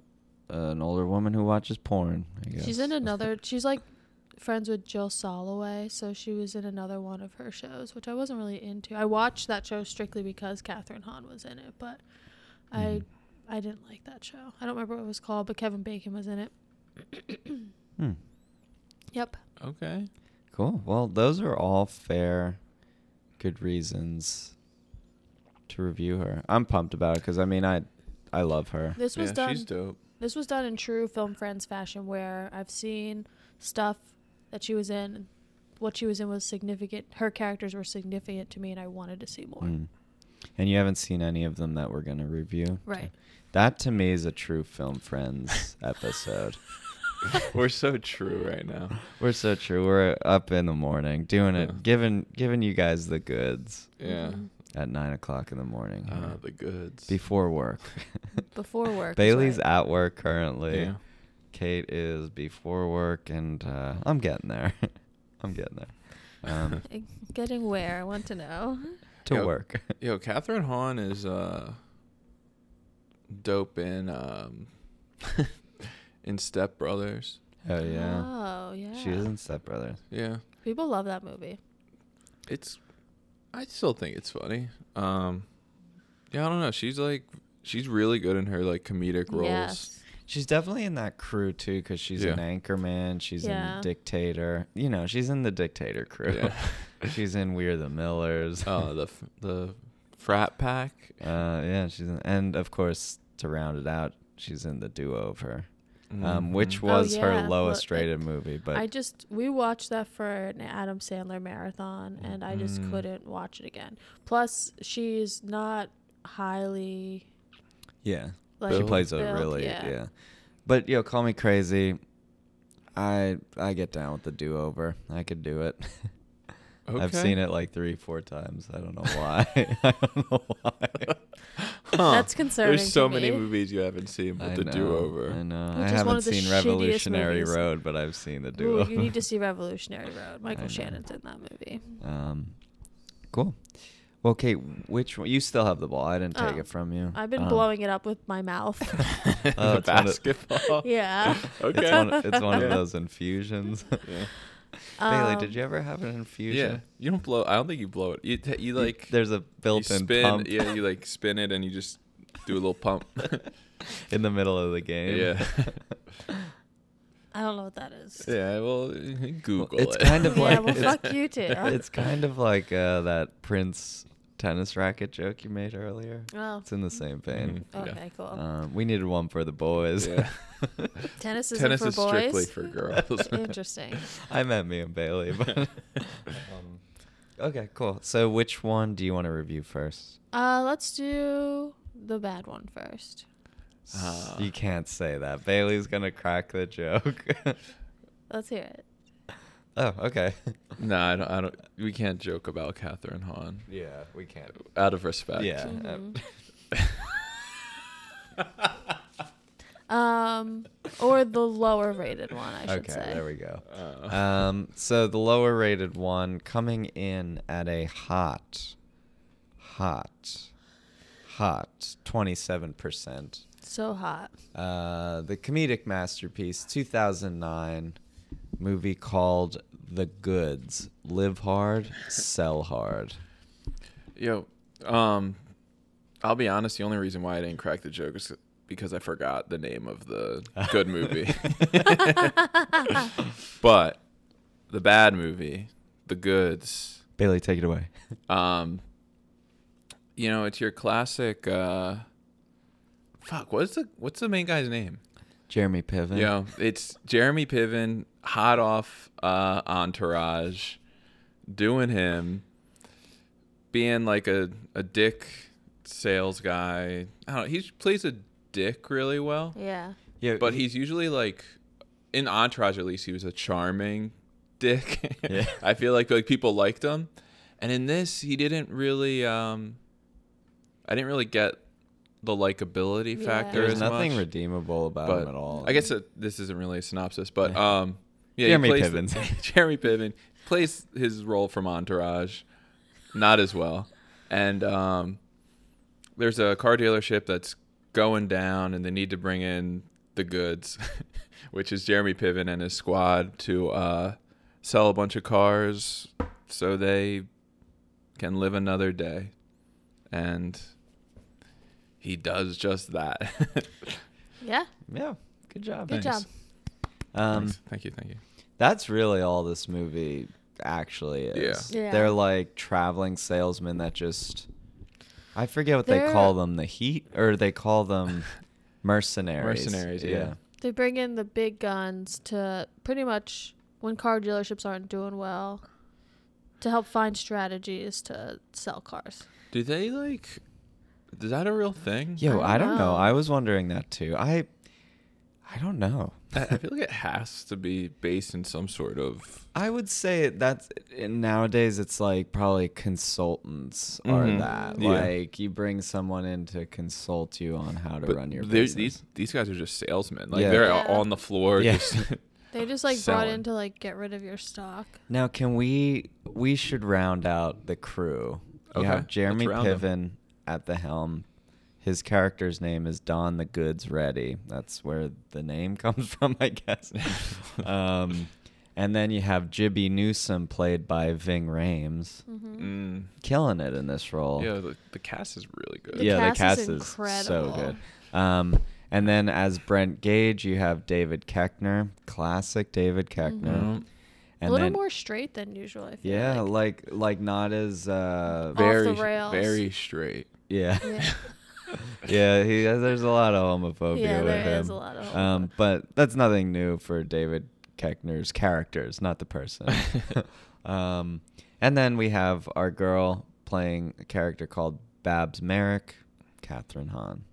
Speaker 1: an older woman who watches porn. I guess.
Speaker 2: She's in another. She's like friends with Jill Soloway, so she was in another one of her shows, which I wasn't really into. I watched that show strictly because Catherine Hahn was in it, but I
Speaker 1: Mhm.
Speaker 2: I didn't like that show. I don't remember what it was called, but Kevin Bacon was in it.
Speaker 1: Hmm.
Speaker 2: Yep.
Speaker 3: Okay.
Speaker 1: Cool. Well, those are all fair, good reasons to review her. I'm pumped about it because I mean, I, I love her.
Speaker 2: This was
Speaker 3: yeah,
Speaker 2: done.
Speaker 3: she's dope.
Speaker 2: This was done in true film friends fashion, where I've seen stuff that she was in. What she was in was significant. Her characters were significant to me, and I wanted to see more.
Speaker 1: Mm. And you haven't seen any of them that we're gonna review,
Speaker 2: Right.
Speaker 1: That to me is a true film friends episode.
Speaker 3: We're so true right now.
Speaker 1: We're so true. We're up in the morning doing
Speaker 3: Yeah.
Speaker 1: it, giving giving you guys the goods
Speaker 3: Yeah.
Speaker 2: Mhm.
Speaker 1: at nine o'clock in the morning
Speaker 3: Uh,
Speaker 1: here.
Speaker 3: the goods.
Speaker 1: before work.
Speaker 2: Before work. is
Speaker 1: Bailey's
Speaker 2: right.
Speaker 1: at work currently.
Speaker 3: Yeah.
Speaker 1: Kate is before work, and uh, I'm getting there. I'm getting there. Um,
Speaker 2: Eh, Getting where? I want to know.
Speaker 1: to
Speaker 3: Yo-
Speaker 1: work.
Speaker 3: Yo, Catherine Hahn is uh dope in um in Step Brothers.
Speaker 1: oh yeah,
Speaker 2: Oh yeah.
Speaker 1: she is in Step Brothers.
Speaker 3: Yeah.
Speaker 2: People love that movie.
Speaker 3: It's I still think it's funny. Um Yeah, I don't know. She's like she's really good in her like comedic roles.
Speaker 2: Yes.
Speaker 1: She's definitely in that crew too, because she's an
Speaker 3: Yeah.
Speaker 1: anchor man. She's in
Speaker 2: Yeah.
Speaker 1: the dictator. You know, she's in the dictator crew.
Speaker 3: Yeah.
Speaker 1: she's in We're the Millers.
Speaker 3: uh, the f- the frat pack.
Speaker 1: Uh, yeah, she's in, and of course to round it out, she's in the duo of her, um, which
Speaker 3: Mhm.
Speaker 2: Oh,
Speaker 1: was
Speaker 2: yeah,
Speaker 1: her
Speaker 2: well,
Speaker 1: lowest
Speaker 2: it-
Speaker 1: rated movie. But
Speaker 2: I just we watched that for an Adam Sandler marathon, and I just
Speaker 3: Mm.
Speaker 2: couldn't watch it again. Plus, she's not highly
Speaker 1: yeah,
Speaker 2: like
Speaker 1: she plays a
Speaker 2: built,
Speaker 1: really yeah. But yo, call me crazy. I I get down with the do over. I could do it. I've
Speaker 3: Okay.
Speaker 1: seen it like three, four times. I don't know why. I don't know why.
Speaker 3: Huh.
Speaker 2: That's concerning.
Speaker 3: There's so
Speaker 2: to
Speaker 3: many
Speaker 2: me.
Speaker 3: movies you haven't seen
Speaker 1: I
Speaker 3: but the
Speaker 1: know,
Speaker 3: do over.
Speaker 1: I know.
Speaker 2: Which
Speaker 1: I
Speaker 2: is one
Speaker 1: haven't
Speaker 2: of the
Speaker 1: seen
Speaker 2: shittiest
Speaker 1: Revolutionary
Speaker 2: movies.
Speaker 1: Road, but I've seen the do
Speaker 2: Ooh,
Speaker 1: over.
Speaker 2: you need to see Revolutionary Road.
Speaker 1: I know.
Speaker 2: Michael Shannon's in that movie.
Speaker 1: Um, cool. Well, Kate, which one? You still have the ball. I didn't take
Speaker 2: Oh.
Speaker 1: it from you.
Speaker 2: I've been
Speaker 1: Um,
Speaker 2: blowing it up with my mouth.
Speaker 1: Oh,
Speaker 3: the
Speaker 1: it's one of-
Speaker 3: basketball.
Speaker 2: yeah.
Speaker 3: Okay.
Speaker 1: It's one, it's one of
Speaker 3: Yeah.
Speaker 1: those infusions.
Speaker 3: Yeah.
Speaker 1: Bailey,
Speaker 2: Um,
Speaker 1: did you ever have an
Speaker 3: Yeah.
Speaker 1: infusion?
Speaker 3: You don't blow. I don't think you blow it. You t- you
Speaker 1: You-
Speaker 3: like
Speaker 1: there's a
Speaker 3: you
Speaker 1: built-in
Speaker 3: spin.
Speaker 1: pump
Speaker 3: Yeah, you like spin it and you just do a little pump.
Speaker 1: in the middle of the game.
Speaker 3: Yeah.
Speaker 2: I don't know what that is.
Speaker 3: yeah. Well, Google
Speaker 1: it's
Speaker 3: it.
Speaker 1: kind of
Speaker 2: Yeah,
Speaker 1: like
Speaker 2: well,
Speaker 1: it's-
Speaker 2: fuck you too.
Speaker 1: It's kind of like uh, that Prince tennis racket joke you made earlier.
Speaker 2: Oh.
Speaker 1: It's in the same vein.
Speaker 3: Mhm. Yeah.
Speaker 2: Okay, Oh, cool.
Speaker 1: Um, we needed one for the boys.
Speaker 3: Yeah.
Speaker 2: tennis isn't
Speaker 3: Tennis
Speaker 2: for
Speaker 3: is
Speaker 2: boys.
Speaker 3: strictly for girls.
Speaker 2: Interesting.
Speaker 1: I meant me and Bailey, but um, okay, cool. So, which one do you want to review first?
Speaker 2: Uh, let's do the bad one first.
Speaker 3: Ah.
Speaker 1: you can't say that. Bailey's gonna crack the joke.
Speaker 2: Let's hear it.
Speaker 1: oh, okay.
Speaker 3: no, I don't, I don't. We can't joke about Catherine Hahn.
Speaker 1: Yeah, we can't.
Speaker 3: Out of respect.
Speaker 1: Yeah. Uh,
Speaker 2: Mhm. Um, or the lower rated one, I should
Speaker 1: okay,
Speaker 2: say.
Speaker 1: there we go.
Speaker 3: Uh,
Speaker 1: Um, so the lower rated one coming in at a hot, hot, hot 27%.
Speaker 2: So hot.
Speaker 1: Uh, the comedic masterpiece 2009 movie called The Goods Live Hard, Sell Hard.
Speaker 3: Yo, um, I'll be honest. The only reason why I didn't crack the joke is because I forgot the name of the good movie. but the bad movie, the goods.
Speaker 1: Bailey, take it away.
Speaker 3: Um, you know, it's your classic. uh Fuck, what's the what's the main guy's name?
Speaker 1: Jeremy Piven.
Speaker 3: Yo, it's Jeremy Piven, hot off uh, Entourage, doing him, being like a, a dick sales guy. I don't know. He plays a dick really well,
Speaker 2: Yeah.
Speaker 1: Yeah,
Speaker 3: but he's usually like, in Entourage at least, he was a charming dick.
Speaker 1: Yeah.
Speaker 3: I feel like like people liked him. And in this, he didn't really. Um, I didn't really get the likability
Speaker 2: Yeah.
Speaker 3: factor
Speaker 1: There's
Speaker 3: as
Speaker 1: nothing
Speaker 3: much.
Speaker 1: redeemable about
Speaker 3: but
Speaker 1: him at all.
Speaker 3: I guess it, this isn't really a synopsis, but um, yeah, he
Speaker 1: Jeremy
Speaker 3: plays the-
Speaker 1: Piven's-
Speaker 3: Jeremy Piven plays his role from Entourage, not as well. And um, there's a car dealership that's going down, and they need to bring in the goods, which is Jeremy Piven and his squad to uh, sell a bunch of cars so they can live another day. And he does just that.
Speaker 2: Yeah.
Speaker 1: yeah. Good job.
Speaker 2: Good
Speaker 3: Thanks.
Speaker 2: job.
Speaker 1: Um,
Speaker 3: Thanks. thank you, thank you.
Speaker 1: That's really all this movie actually is.
Speaker 2: Yeah. Yeah.
Speaker 1: They're like traveling salesmen that just I forget what they
Speaker 2: They're-
Speaker 1: call them, the heat or they call them mercenaries.
Speaker 3: Mercenaries, yeah.
Speaker 2: They bring in the big guns to pretty much when car dealerships aren't doing well to help find strategies to sell cars.
Speaker 3: Do they like? Is that a real thing?
Speaker 1: Yo,
Speaker 2: I
Speaker 1: I
Speaker 2: don't
Speaker 1: don't know.
Speaker 2: know.
Speaker 1: I was wondering that too. I I don't know.
Speaker 3: I, I feel like it has to be based in some sort of.
Speaker 1: I would say that's and nowadays it's like probably consultants are
Speaker 3: Mhm.
Speaker 1: that.
Speaker 3: Yeah.
Speaker 1: Like you bring someone in to consult you on how to
Speaker 3: But
Speaker 1: run your
Speaker 3: they're-
Speaker 1: business.
Speaker 3: these these guys are just salesmen. Like
Speaker 1: Yeah.
Speaker 3: they're
Speaker 2: Yeah.
Speaker 3: on the floor.
Speaker 1: Yeah.
Speaker 3: Just,
Speaker 2: They just like brought
Speaker 3: Selling.
Speaker 2: in to like get rid of your stock.
Speaker 1: Oh, Now, can we we should round out the crew? You
Speaker 3: Okay,
Speaker 1: have Jeremy
Speaker 3: let's round 'em.
Speaker 1: Piven at the helm. His character's name is Don the Goods Ready. That's where the name comes from, I guess. um, and then you have Jibby Newsom, played by Ving Rhames,
Speaker 2: Mm-hmm.
Speaker 3: mm,
Speaker 1: killing it in this role.
Speaker 3: yeah, the, the cast is really good.
Speaker 2: The
Speaker 1: yeah, the
Speaker 2: cast
Speaker 1: cast
Speaker 2: is
Speaker 1: is so
Speaker 2: incredible.
Speaker 1: good. Um, and then as Brent Gage, you have David Keckner, classic David Keckner.
Speaker 3: Mhm.
Speaker 2: Mm-hmm. A
Speaker 1: And
Speaker 2: little
Speaker 1: then,
Speaker 2: more straight than usual. I feel
Speaker 1: yeah,
Speaker 2: like.
Speaker 1: like like not as uh,
Speaker 2: the
Speaker 3: Very
Speaker 2: rails.
Speaker 3: very straight.
Speaker 1: Yeah.
Speaker 2: Yeah.
Speaker 1: yeah, he, there's a lot of homophobia
Speaker 2: Yeah,
Speaker 1: with
Speaker 2: there
Speaker 1: him.
Speaker 2: is a lot of
Speaker 1: um, but that's nothing new for David Keckner's characters, not the person. um, and then we have our girl playing a character called Babs Merrick, Catherine Hahn.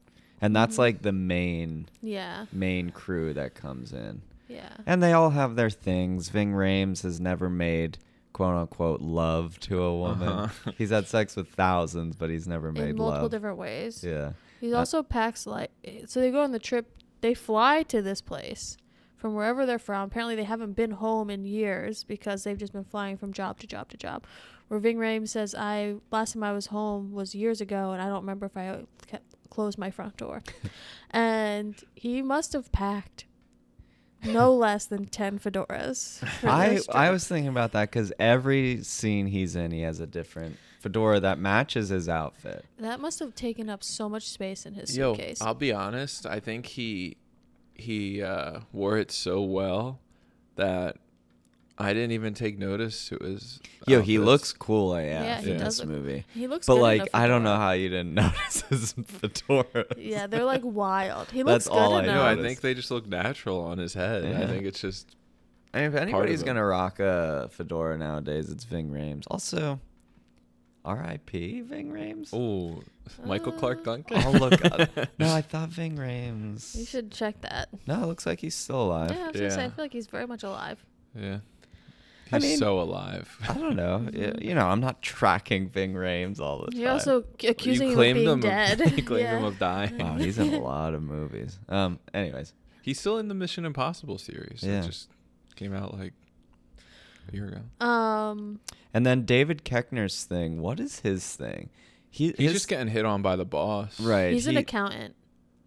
Speaker 1: And that's
Speaker 2: Mhm.
Speaker 1: like the main
Speaker 2: yeah,
Speaker 1: main crew that comes in.
Speaker 2: yeah.
Speaker 1: And they all have their things. Ving Rhames has never made quote unquote love to a woman.
Speaker 3: Uh-huh.
Speaker 1: He's had sex with thousands, but he's never made
Speaker 2: in multiple
Speaker 1: love.
Speaker 2: different ways.
Speaker 1: yeah.
Speaker 2: He
Speaker 1: Uh,
Speaker 2: also packs like so they go on the trip. They fly to this place from wherever they're from. Apparently, they haven't been home in years because they've just been flying from job to job to job. Where Ving Rhames says, "I last time I was home was years ago, and I don't remember if I kept, closed my front door." and he must have packed no less than ten fedoras. for
Speaker 1: I
Speaker 2: this
Speaker 1: I
Speaker 2: trip.
Speaker 1: was thinking about that because every scene he's in, he has a different fedora that matches his outfit.
Speaker 2: that must have taken up so much space in his
Speaker 3: Yo,
Speaker 2: suitcase.
Speaker 3: I'll be honest. I think he he uh, wore it so well that I didn't even take notice to his.
Speaker 1: Yo, he
Speaker 3: outfits.
Speaker 1: looks cool AF
Speaker 2: Yeah,
Speaker 3: he
Speaker 1: in
Speaker 2: does
Speaker 1: this
Speaker 2: look-
Speaker 1: movie.
Speaker 2: he looks
Speaker 1: But
Speaker 2: good in a
Speaker 1: like, I don't know
Speaker 2: fedora.
Speaker 1: how you didn't notice his fedora.
Speaker 2: Yeah, they're like wild. He looks
Speaker 1: That's
Speaker 2: good
Speaker 1: all I
Speaker 2: enough.
Speaker 1: know.
Speaker 3: No, I
Speaker 1: noticed.
Speaker 3: think they just look natural on his head. I
Speaker 1: Yeah.
Speaker 3: think it's just
Speaker 1: I mean, if
Speaker 3: of
Speaker 1: anybody's
Speaker 3: him.
Speaker 1: gonna rock a fedora nowadays, it's Ving Rhames. Also, R.I.P. Ving Rhames.
Speaker 3: oh, Michael
Speaker 2: Uh,
Speaker 3: Clark Duncan.
Speaker 1: I'll look up. No, I thought Ving Rhames.
Speaker 2: You should check that.
Speaker 1: No, it looks like he's still alive.
Speaker 2: yeah, I was gonna say I
Speaker 3: yeah.
Speaker 2: feel like he's very much alive.
Speaker 3: Yeah. He's
Speaker 1: I mean-
Speaker 3: so alive.
Speaker 1: I don't know. Y- You know, I'm not tracking Ving Rhames all the time.
Speaker 2: You're also c- accusing him of
Speaker 3: you claimed
Speaker 2: being
Speaker 3: him
Speaker 2: dead.
Speaker 3: Of, you claimed
Speaker 2: yeah.
Speaker 3: him of dying.
Speaker 1: Wow, he's in a lot of movies. Um, anyways,
Speaker 3: He's still in the Mission Impossible series.
Speaker 1: Yeah.
Speaker 3: That just came out like a year ago.
Speaker 2: um,
Speaker 1: and then David Keckner's thing. What is his thing? He
Speaker 3: He's
Speaker 1: his-
Speaker 3: just getting hit on by the boss.
Speaker 1: right.
Speaker 2: he's an
Speaker 1: he-
Speaker 2: accountant.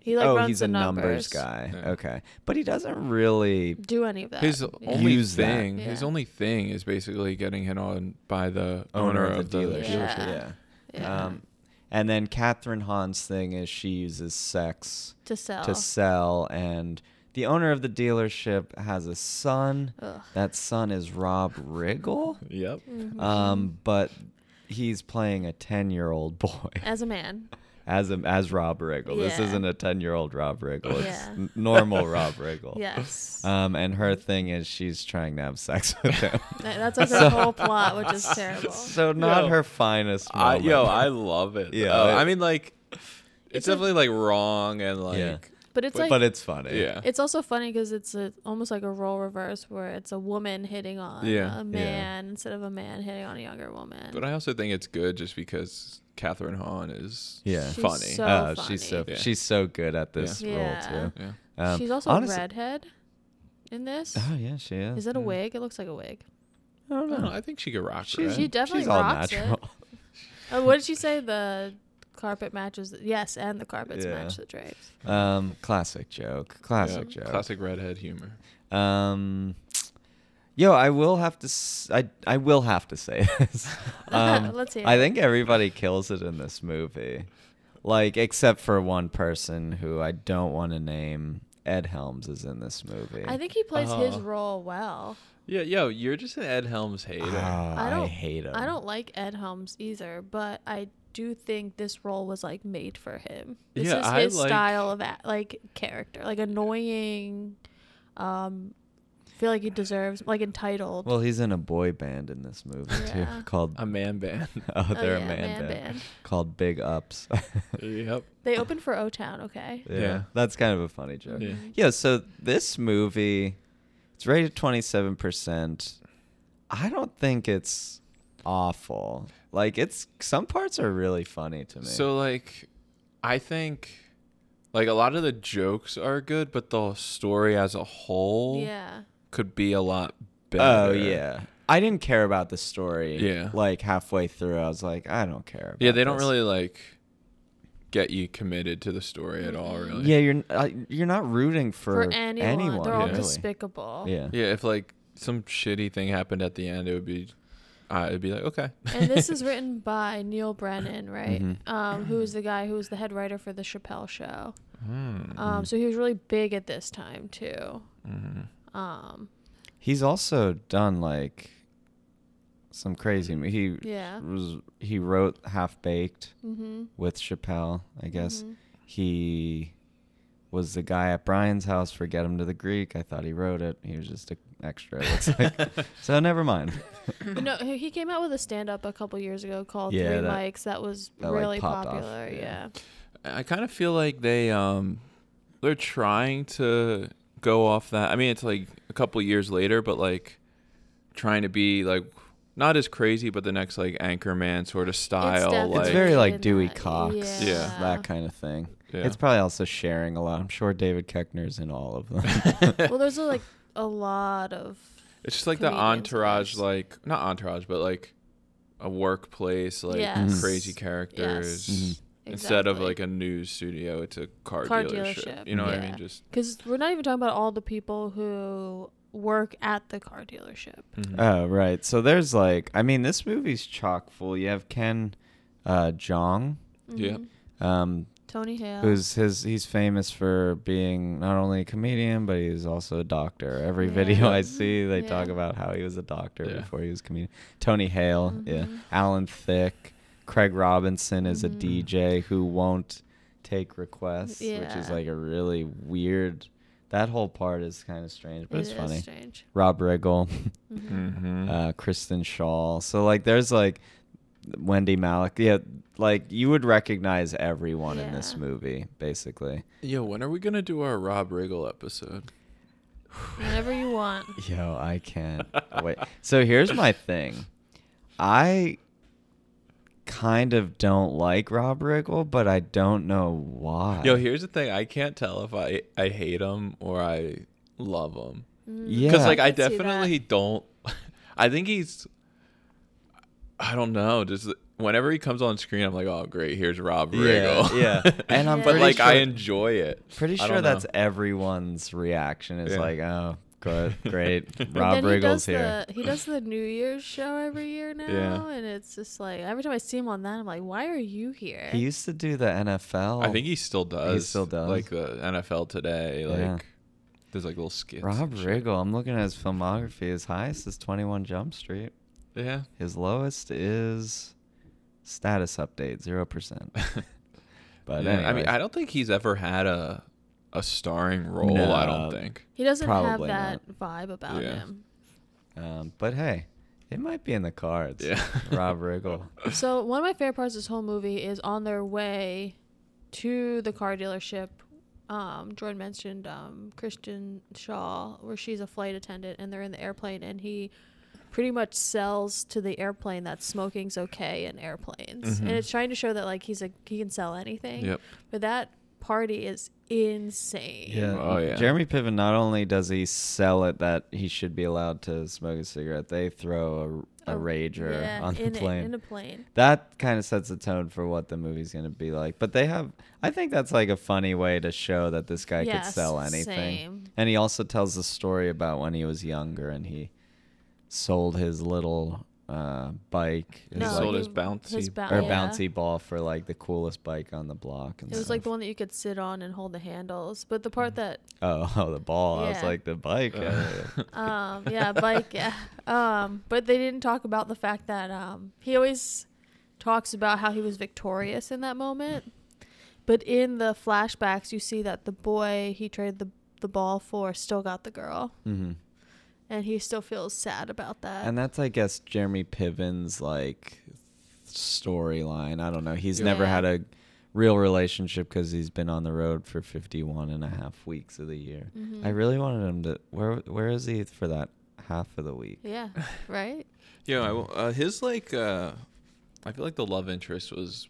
Speaker 2: He like
Speaker 1: oh,
Speaker 2: runs
Speaker 1: he's
Speaker 2: the
Speaker 1: a numbers,
Speaker 2: numbers
Speaker 1: guy.
Speaker 3: Yeah.
Speaker 1: Okay, but he doesn't really.
Speaker 2: Do any of that?
Speaker 3: His
Speaker 2: yeah.
Speaker 3: only
Speaker 1: Use that.
Speaker 3: thing, his
Speaker 2: Yeah.
Speaker 3: only thing, is basically getting hit on by the owner, of, the dealership.
Speaker 2: dealership. Yeah. Yeah.
Speaker 1: Um, and then Catherine Hahn's thing is she uses sex
Speaker 2: to sell.
Speaker 1: to sell, and the owner of the dealership has a son.
Speaker 2: Ugh.
Speaker 1: That son is Rob Riggle,
Speaker 3: Yep.
Speaker 2: Mhm.
Speaker 1: um, but he's playing a ten-year-old boy.
Speaker 2: As a man,
Speaker 1: as a, as Rob Riggle. This
Speaker 2: Yeah.
Speaker 1: isn't a ten year old Rob Riggle. It's
Speaker 2: Yeah.
Speaker 1: n- normal Rob Riggle.
Speaker 2: yes,
Speaker 1: Um, and her thing is she's trying to have sex with him.
Speaker 2: That- that's like her whole plot, which is terrible.
Speaker 1: so not
Speaker 3: Yo.
Speaker 1: her finest.
Speaker 3: I,
Speaker 1: Moment.
Speaker 3: yo, I love it.
Speaker 1: Yeah,
Speaker 3: though.
Speaker 1: I-
Speaker 3: I mean, like, it's,
Speaker 2: a-
Speaker 3: definitely like wrong and like.
Speaker 1: Yeah.
Speaker 2: But it's like
Speaker 1: but it's funny.
Speaker 3: Yeah.
Speaker 2: It's also funny because it's a, almost like a role reverse where it's a woman hitting on
Speaker 3: Yeah.
Speaker 2: a man instead of a man hitting on a younger woman.
Speaker 3: But I also think it's good just because Catherine Hahn is
Speaker 1: Yeah.
Speaker 2: She's
Speaker 3: funny.
Speaker 2: so
Speaker 1: oh,
Speaker 2: funny.
Speaker 1: she's so
Speaker 3: Yeah.
Speaker 1: she's so good at this
Speaker 2: Yeah. Yeah.
Speaker 1: role too.
Speaker 3: yeah.
Speaker 1: Um,
Speaker 2: she's also
Speaker 1: honestly-
Speaker 2: a redhead in this.
Speaker 1: Oh yeah, she is.
Speaker 2: Is it a
Speaker 3: yeah.
Speaker 2: wig? It looks like a wig.
Speaker 1: I don't
Speaker 3: I don't know.
Speaker 1: know.
Speaker 3: Oh, I think she could rock
Speaker 1: She's-
Speaker 3: red.
Speaker 2: She definitely
Speaker 1: She's all
Speaker 2: rocks it.
Speaker 1: natural.
Speaker 2: Oh, what did she say? The carpet matches. The, yes, and the carpets
Speaker 1: Yeah.
Speaker 2: match the drapes.
Speaker 1: Um, classic joke. Classic
Speaker 2: Yeah.
Speaker 1: joke.
Speaker 3: Classic redhead humor.
Speaker 1: Um, yo, I will have to. S- I I will have to say this. Um,
Speaker 2: Let's hear
Speaker 1: I
Speaker 2: it.
Speaker 1: think everybody kills it in this movie, like except for one person who I don't want to name. Ed Helms is in this movie.
Speaker 2: I think he plays his
Speaker 3: Oh.
Speaker 2: role well.
Speaker 3: Yeah, yo, you're just an Ed Helms hater.
Speaker 1: Ah,
Speaker 2: I
Speaker 1: I,
Speaker 2: don't-
Speaker 1: hate him.
Speaker 2: I don't like Ed Helms either, but I do think this role was like made for him. This
Speaker 3: Yeah,
Speaker 2: is
Speaker 3: I
Speaker 2: his
Speaker 3: like-
Speaker 2: style of act, like character, like annoying. Um, feel like he deserves like entitled.
Speaker 1: Well, he's in a boy band in this movie
Speaker 2: Yeah.
Speaker 1: too, called
Speaker 3: a man band.
Speaker 1: Oh, they're
Speaker 2: yeah,
Speaker 1: a man,
Speaker 2: man
Speaker 1: band,
Speaker 2: band.
Speaker 1: called Big Ups.
Speaker 3: yep.
Speaker 2: they opened for O Town, okay?
Speaker 1: yeah.
Speaker 3: Yeah. Mm-hmm.
Speaker 1: that's kind of a funny joke.
Speaker 3: Yeah.
Speaker 1: Yeah, so this movie, it's rated 27%. I don't think it's awful. Like it's some parts are really funny to me. Oh,
Speaker 3: So like, I think, like a lot of the jokes are good, but the story as a whole
Speaker 2: Yeah.
Speaker 3: could be a lot better.
Speaker 1: oh yeah. I didn't care about the story.
Speaker 3: Yeah.
Speaker 1: Like halfway through, I was like, I don't care. About
Speaker 3: Yeah, they don't
Speaker 1: this.
Speaker 3: really like get you committed to the story at all, really.
Speaker 1: Yeah, you're uh, you're not rooting for,
Speaker 2: For, anyone,
Speaker 1: anyone,
Speaker 2: they're all
Speaker 3: yeah.
Speaker 1: really.
Speaker 2: despicable.
Speaker 1: Yeah.
Speaker 3: Yeah, if like some shitty thing happened at the end, it would be, uh, it'd be like okay.
Speaker 2: and this is written by Neil Brennan, right?
Speaker 1: Mhm.
Speaker 2: Um, who is the guy who was the head writer for the Chappelle Show.
Speaker 3: Hmm.
Speaker 1: Mm-hmm.
Speaker 2: Um, so he was really big at this time too.
Speaker 3: Mhm.
Speaker 2: Um,
Speaker 1: He's also done like some crazy. mo- He
Speaker 2: Yeah.
Speaker 1: was he wrote Half Baked
Speaker 2: hmm
Speaker 1: with Chappelle. I guess
Speaker 2: Mhm.
Speaker 1: he was the guy at Brian's house for Get Him to the Greek. I thought he wrote it. He was just an extra. It looks like. so never mind.
Speaker 2: But no, he he came out with a stand up a couple years ago called
Speaker 1: Yeah,
Speaker 2: Three
Speaker 1: that-
Speaker 2: Mics. That was
Speaker 1: that, like,
Speaker 2: really
Speaker 1: popped off,
Speaker 2: popular.
Speaker 1: yeah.
Speaker 2: Yeah.
Speaker 3: I kind of feel like they um they're trying to go off that. I mean, it's like a couple years later, but like trying to be like not as crazy, but the next like Anchorman sort of style.
Speaker 2: definitely-
Speaker 3: Like,
Speaker 1: it's very like
Speaker 2: did
Speaker 1: Dewey
Speaker 2: that,
Speaker 1: Cox.
Speaker 2: yeah.
Speaker 1: That kind of thing.
Speaker 3: Yeah.
Speaker 1: It's probably also sharing a lot. I'm sure David Keckner's in all of them.
Speaker 2: well, there's a, like a lot of
Speaker 3: it's just like the
Speaker 2: comedians
Speaker 3: entourage,
Speaker 2: first.
Speaker 3: like not entourage, but like a workplace, like
Speaker 2: Yes.
Speaker 3: crazy
Speaker 1: Mhm.
Speaker 3: characters. Mm-hmm.
Speaker 1: Mhm.
Speaker 3: Instead of like a news studio, it's a car,
Speaker 2: Car
Speaker 3: dealership.
Speaker 2: dealership,
Speaker 3: You know what I
Speaker 2: yeah.
Speaker 3: mean? Just
Speaker 2: because we're not even talking about all the people who work at the car dealership.
Speaker 3: Uh,
Speaker 1: Oh right. So there's like I mean this movie's chock full. You have Ken uh Jong,
Speaker 3: Yeah.
Speaker 2: Mhm.
Speaker 1: um,
Speaker 2: Tony Hale.
Speaker 1: who's his he's famous for being not only a comedian, but he's also a doctor. Every
Speaker 2: Yeah.
Speaker 1: video I see they talk
Speaker 2: Yeah.
Speaker 1: about how he was a doctor
Speaker 3: Yeah.
Speaker 1: before he was a comedian. Tony Hale, yeah.
Speaker 2: Mhm.
Speaker 1: Alan Thicke, Craig Robinson is
Speaker 2: Mhm.
Speaker 1: a DJ who won't take requests, which is
Speaker 2: Yeah.
Speaker 1: like a really weird that whole part is kind of strange, but
Speaker 2: It
Speaker 1: it's
Speaker 2: is
Speaker 1: funny.
Speaker 2: strange.
Speaker 1: Rob Riggle.
Speaker 2: Mhm.
Speaker 3: Mm-hmm.
Speaker 1: uh, Kristen Shaw. So like, there's like Wendy Malik. Yeah, like you would recognize everyone in this
Speaker 2: Yeah.
Speaker 1: movie, basically.
Speaker 3: Yo, when are we gonna do our Rob Riggle episode?
Speaker 2: Whenever you want.
Speaker 1: Yo, I can't wait. So here's my thing. I kind of don't like Rob Riggle, but I don't know why.
Speaker 3: Yo, here's the thing. I can't tell if I I hate him or I love him.
Speaker 1: yeah,
Speaker 3: Because like I,
Speaker 2: I could Mm-hmm. see that.
Speaker 3: definitely don't. I think he's. I don't know. Just whenever he comes on screen, I'm like, oh great, here's Rob
Speaker 1: yeah,
Speaker 3: Riggle.
Speaker 1: yeah. And I'm
Speaker 2: Yeah.
Speaker 3: but
Speaker 1: pretty
Speaker 3: like
Speaker 1: sure,
Speaker 3: I enjoy it.
Speaker 1: pretty
Speaker 3: I
Speaker 1: sure
Speaker 3: don't
Speaker 1: that's
Speaker 3: know.
Speaker 1: everyone's reaction is
Speaker 3: Yeah.
Speaker 1: like, oh, good, great,
Speaker 3: And
Speaker 1: Rob
Speaker 2: and then he does
Speaker 1: Riggle's here.
Speaker 2: The, he does the New Year's show every year now, and it's just like every time I see him on that, I'm like, why are you here?
Speaker 1: He used to do the NFL.
Speaker 3: I think he still does.
Speaker 1: still does.
Speaker 3: Like the NFL today, like
Speaker 1: Yeah.
Speaker 3: there's like little skits.
Speaker 1: Rob
Speaker 3: and shit.
Speaker 1: Riggle, I'm looking at his filmography. His highest is 21 Jump Street.
Speaker 3: Yeah.
Speaker 1: His lowest is Status Update, 0%. but
Speaker 3: Yeah, I mean,
Speaker 1: anyways.
Speaker 3: I don't think he's ever had a a starring role. I
Speaker 1: No.
Speaker 3: don't think.
Speaker 2: He doesn't have
Speaker 1: Probably
Speaker 2: that vibe about
Speaker 3: Yeah.
Speaker 2: him.
Speaker 1: um, but hey, it might be in the cards.
Speaker 3: Yeah.
Speaker 1: Rob Riggle.
Speaker 2: So one of my favorite parts of this whole movie is on their way to the car dealership. um, Jordan mentioned um, Christian Shaw, where she's a flight attendant, and they're in the airplane, and he pretty much sells to the airplane that smoking's okay in airplanes,
Speaker 3: Mhm.
Speaker 2: and it's trying to show that like he's a he can sell anything.
Speaker 3: Yep.
Speaker 2: But that party is insane.
Speaker 1: Yeah.
Speaker 3: Oh, yeah.
Speaker 1: Jeremy Piven not only does he sell it that he should be allowed to smoke a cigarette, they throw a, a rager
Speaker 2: yeah,
Speaker 1: on the
Speaker 2: in a-
Speaker 1: plane.
Speaker 2: in a plane.
Speaker 1: that kind of sets the tone for what the movie's going to be like. But they have, I think that's like a funny way to show that this guy could
Speaker 2: Yes,
Speaker 1: sell anything.
Speaker 2: same.
Speaker 1: And he also tells the story about when he was younger and he sold his little uh, bike.
Speaker 3: He sold his bouncy-
Speaker 2: bou-
Speaker 1: or
Speaker 2: yeah.
Speaker 1: bouncy ball for like the coolest bike on the block. And
Speaker 2: It was like the
Speaker 1: stuff.
Speaker 2: one that you could sit on and hold the handles. But the part that
Speaker 1: Oh, oh, the ball. I was
Speaker 2: Yeah.
Speaker 1: like, the bike. uh,
Speaker 2: um yeah, bike, yeah. Um but they didn't talk about the fact that um he always talks about how he was victorious in that moment. But in the flashbacks you see that the boy he traded the the ball for still got the girl
Speaker 1: mhm.
Speaker 2: and he still feels sad about that.
Speaker 1: And that's, I guess, Jeremy Piven's like storyline. I don't know. He's
Speaker 3: Yeah.
Speaker 1: never
Speaker 2: Yeah.
Speaker 1: had a real relationship because he's been on the road for 51 and a half weeks of the year.
Speaker 2: Mhm.
Speaker 1: I really wanted him to. Where Where is he for that half of the week?
Speaker 2: yeah, right?
Speaker 3: Yeah, I w uh, his like uh I feel like the love interest was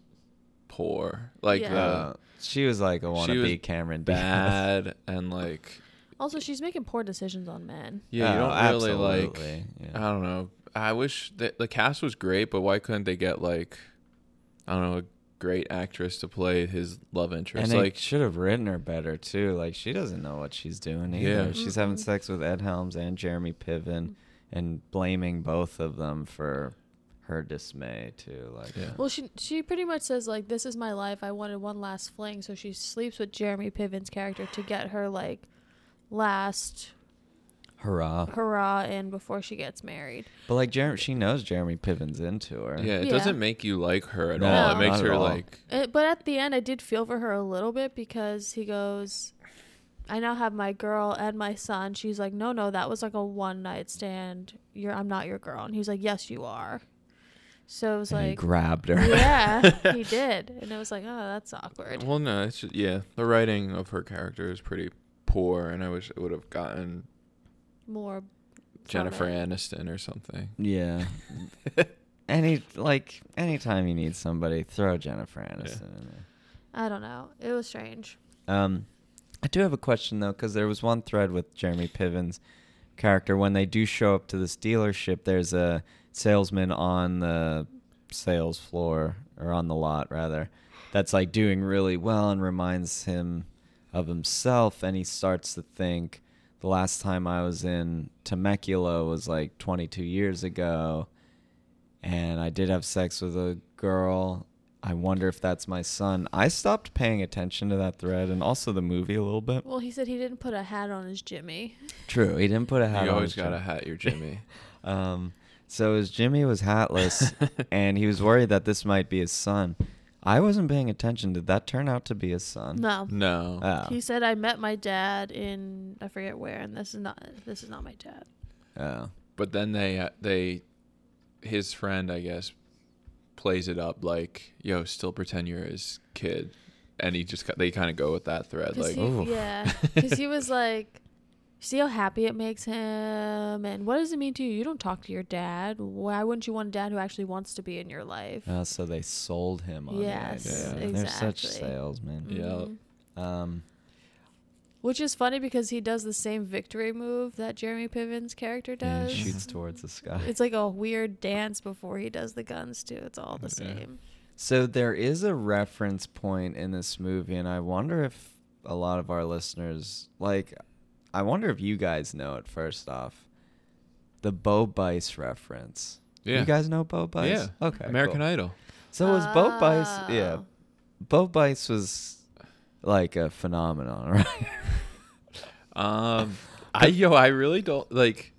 Speaker 3: poor. Like
Speaker 2: Yeah.
Speaker 1: Uh, she was like a
Speaker 3: she was
Speaker 1: wannabe Cameron
Speaker 3: the
Speaker 1: Diaz.
Speaker 3: bad and like
Speaker 2: Also, she's making poor decisions on men.
Speaker 3: yeah,
Speaker 1: Oh,
Speaker 3: you don't really like
Speaker 1: absolutely, yeah.
Speaker 3: I don't know. I wish that the cast was great, but why couldn't they get like I don't know, a great actress to play his love
Speaker 1: And
Speaker 3: interest?
Speaker 1: they
Speaker 3: like
Speaker 1: should have written her better too. Like she doesn't know what she's doing either.
Speaker 3: Yeah.
Speaker 1: She's having
Speaker 2: Mhm.
Speaker 1: sex with Ed Helms and Jeremy Piven, and blaming both of them for her dismay too. Like,
Speaker 3: Yeah.
Speaker 2: Well, she she pretty much says like, "This is my life. I wanted one last fling." So she sleeps with Jeremy Piven's character to get her like last
Speaker 1: hurrah!
Speaker 2: hurrah in before she gets married.
Speaker 1: But like, Jeremy, she knows Jeremy Piven's into her.
Speaker 3: yeah, it
Speaker 2: Yeah.
Speaker 3: doesn't make you like her at
Speaker 1: No,
Speaker 3: all. It
Speaker 2: No.
Speaker 3: makes
Speaker 1: not at
Speaker 3: her
Speaker 1: all.
Speaker 3: like
Speaker 2: Uh, but at the end, I did feel for her a little bit because he goes, "I now have my girl and my son." She's like, "No, no, that was like a one night stand. You're I'm not your girl." And he's like, "Yes, you are." So it was
Speaker 1: and he
Speaker 2: like,
Speaker 1: grabbed her.
Speaker 2: yeah, he did, and it was like, oh, that's awkward.
Speaker 3: Well, no, it's just, yeah. The writing of her character is pretty poor, and I wish it would have gotten
Speaker 2: More
Speaker 3: Jennifer
Speaker 2: it.
Speaker 3: Aniston or something.
Speaker 1: yeah. Any like anytime you need somebody, throw Jennifer Aniston in there.
Speaker 2: I don't know. It was strange.
Speaker 1: Um, I do have a question though, because there was one thread with Jeremy Piven's character when they do show up to this dealership. There's a salesman on the sales floor or on the lot rather, that's like doing really well and reminds him of himself, and he starts to think. The last time I was in Temecula was like 22 years ago, and I did have sex with a girl. I wonder if that's my son. I stopped paying attention to that thread and also the movie a little bit.
Speaker 2: Well, he said he didn't put a hat on his Jimmy.
Speaker 1: True, he didn't put a hat.
Speaker 3: You
Speaker 1: on
Speaker 3: always
Speaker 1: his
Speaker 3: got to
Speaker 1: Jimmy.
Speaker 3: hat your Jimmy.
Speaker 1: Um, so his Jimmy was hatless, and he was worried that this might be his son. I wasn't paying attention. Did that turn out to be his son?
Speaker 2: No.
Speaker 3: no.
Speaker 1: Oh.
Speaker 2: He said I met my dad in I forget where, and this is not this is not my dad.
Speaker 1: Oh.
Speaker 3: But then they uh, they his friend, I guess, plays it up like, "Yo, still pretend you're his kid," and he just ki- they kind of go with that thread,
Speaker 2: 'Cause
Speaker 3: like,
Speaker 2: he,
Speaker 1: ooh.
Speaker 2: yeah, because he was like, see how happy it makes him, and what does it mean to you? You don't talk to your dad. Why wouldn't you want a dad who actually wants to be in your life?
Speaker 1: Oh, so they sold him on
Speaker 2: Yes,
Speaker 1: the idea.
Speaker 3: Yeah.
Speaker 1: They're such
Speaker 2: exactly.
Speaker 1: salesmen.
Speaker 3: "Yeah,
Speaker 1: Um,
Speaker 2: Mm-hmm. Which is funny because he does the same victory move that Jeremy Piven's character
Speaker 1: yeah,
Speaker 2: does.
Speaker 1: shoots towards the sky.
Speaker 2: It's like a weird dance before he does the guns too. It's all the
Speaker 3: Yeah.
Speaker 2: same.
Speaker 1: So there is a reference point in this movie, and I wonder if a lot of our listeners, like, I wonder if you guys know it. First off, the Bo Bice reference.
Speaker 3: Yeah.
Speaker 1: You guys know Bo Bice?
Speaker 3: yeah,
Speaker 1: Okay.
Speaker 3: American
Speaker 1: cool.
Speaker 3: Idol."
Speaker 1: So was Bo Bice? Yeah,
Speaker 2: Oh.
Speaker 1: Bo Bice was like a phenomenon, right?
Speaker 3: Um, I yo, I really don't like.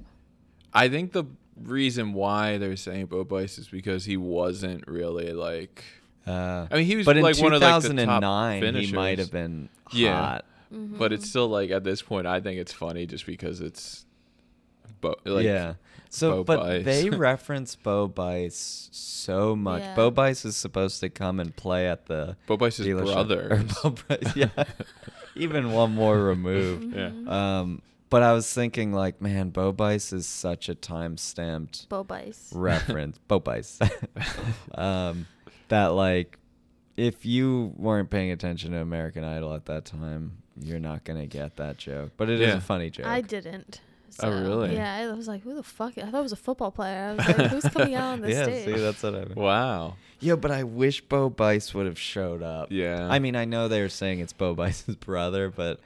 Speaker 3: I think the reason why they're saying Bo Bice is because he wasn't really like.
Speaker 1: Uh,
Speaker 3: I mean, he was
Speaker 1: but in
Speaker 3: like one of like the top
Speaker 1: 2009, he might
Speaker 3: finishers.
Speaker 1: have been hot.
Speaker 3: Yeah. But it's still like at this point, I think it's funny just because it's bo- like
Speaker 1: yeah. So,
Speaker 3: Bo
Speaker 1: but
Speaker 3: Bice.
Speaker 1: they reference Bo Bice so much.
Speaker 2: Yeah.
Speaker 1: Bo Bice is supposed to come and play at the
Speaker 3: Bo Bice's
Speaker 1: dealership.
Speaker 3: brother.
Speaker 1: Or Bo Bice, yeah, even one more removed.
Speaker 3: Yeah.
Speaker 2: Mhm.
Speaker 1: Um, but I was thinking, like, man, Bo Bice is such a time stamped
Speaker 2: Bo Bice.
Speaker 1: reference. Bo Bice. um, that like, if you weren't paying attention to American Idol at that time, you're not gonna get that joke. But it is
Speaker 3: Yeah.
Speaker 1: a funny joke.
Speaker 2: I didn't.
Speaker 3: Oh, really?
Speaker 2: Yeah, I was like, who the fuck? I thought it was a football player. I was like, who's coming out on the
Speaker 1: yeah,
Speaker 2: stage?
Speaker 1: see, that's what I mean.
Speaker 3: Wow.
Speaker 1: Yeah, but I wish Bo Bice would have showed up.
Speaker 3: Yeah.
Speaker 1: I mean, I know they were saying it's Bo Bice's brother, but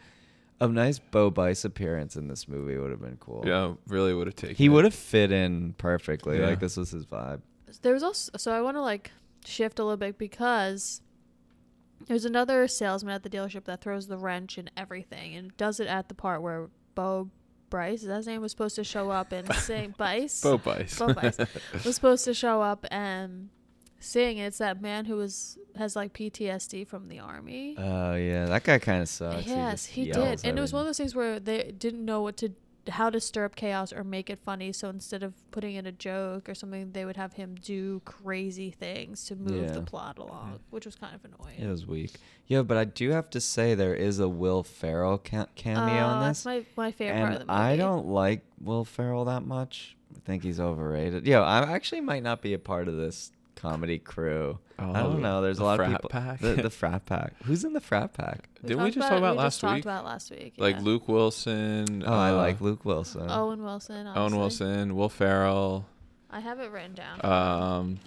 Speaker 1: a nice Bo Bice appearance in this movie would have been cool.
Speaker 3: Yeah, really would have taken.
Speaker 1: He
Speaker 3: it.
Speaker 1: would have fit in perfectly.
Speaker 3: Yeah.
Speaker 1: Like, this was his vibe.
Speaker 2: there was also so I want to like shift a little bit because there's another salesman at the dealership that throws the wrench in everything and does it at the part where Bo Bryce, is that his name, was supposed to show up and sing. Bice
Speaker 3: Bo Bice.
Speaker 2: Bo Bice was supposed to show up and sing. It's that man who was has like PTSD from the army.
Speaker 1: Oh, yeah. That guy kind of sucks.
Speaker 2: yes,
Speaker 1: just
Speaker 2: he, did,
Speaker 1: yells
Speaker 2: and it was one of
Speaker 1: everything.
Speaker 2: those things where they didn't know what to how to stir up chaos or make it funny. So instead of putting in a joke or something, they would have him do crazy things to move the
Speaker 1: Yeah.
Speaker 2: plot along, which was kind of annoying.
Speaker 1: It was weak. Yeah, but I do have to say there is a Will Ferrell ca- cameo
Speaker 2: Uh,
Speaker 1: on
Speaker 2: that's
Speaker 1: this.
Speaker 2: my my favorite part of the
Speaker 1: and
Speaker 2: movie.
Speaker 1: I don't like Will Ferrell that much. I think he's overrated. Yo, I actually might not be a part of this comedy crew. I
Speaker 3: Oh,
Speaker 1: don't know. There's a
Speaker 3: the
Speaker 1: lot
Speaker 3: frat
Speaker 1: of people.
Speaker 3: pack.
Speaker 1: The, the frat pack. Who's in the frat pack?
Speaker 3: Didn't we
Speaker 2: talked
Speaker 3: just talk
Speaker 2: it-
Speaker 3: about
Speaker 2: we
Speaker 3: last
Speaker 2: just talked
Speaker 3: week?
Speaker 2: about last week,
Speaker 3: Like
Speaker 2: yeah.
Speaker 3: Luke Wilson.
Speaker 1: Oh, I
Speaker 3: uh,
Speaker 1: like Luke Wilson.
Speaker 2: Owen Wilson.
Speaker 3: Owen
Speaker 2: obviously.
Speaker 3: Wilson, Will Ferrell,
Speaker 2: I have it written down.
Speaker 3: um,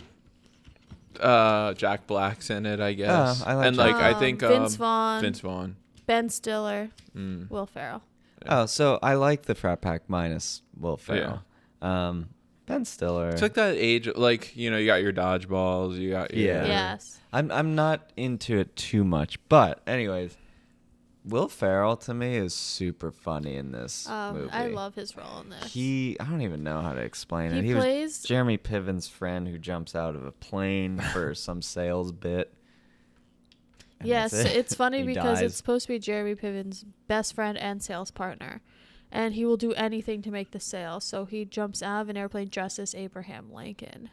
Speaker 3: uh, Jack Black's in it, I guess.
Speaker 1: Oh, I like
Speaker 3: and
Speaker 1: Jack
Speaker 3: like I
Speaker 2: Um,
Speaker 3: think um,
Speaker 2: Vince Vaughn.
Speaker 3: Vince Vaughn.
Speaker 2: ben Stiller,
Speaker 3: Mm.
Speaker 2: Will Ferrell.
Speaker 1: Oh, so I like the frat pack minus Will Ferrell. Um, ben Stiller.
Speaker 3: It's like that age, like you know, you got your dodgeballs, you got your,
Speaker 1: Yeah.
Speaker 2: Yes.
Speaker 1: I'm I'm not into it too much, but anyways, Will Ferrell to me is super funny in this
Speaker 2: Um,
Speaker 1: movie.
Speaker 2: I love his role in this.
Speaker 1: He, I don't even know how to explain
Speaker 2: He
Speaker 1: it. He
Speaker 2: plays-
Speaker 1: was Jeremy Piven's friend who jumps out of a plane for some sales bit. And
Speaker 2: Yes,
Speaker 1: that's it.
Speaker 2: it's funny
Speaker 1: He
Speaker 2: because
Speaker 1: dies.
Speaker 2: it's supposed to be Jeremy Piven's best friend and sales partner, and he will do anything to make the sale. So he jumps out of an airplane dressed as Abraham Lincoln.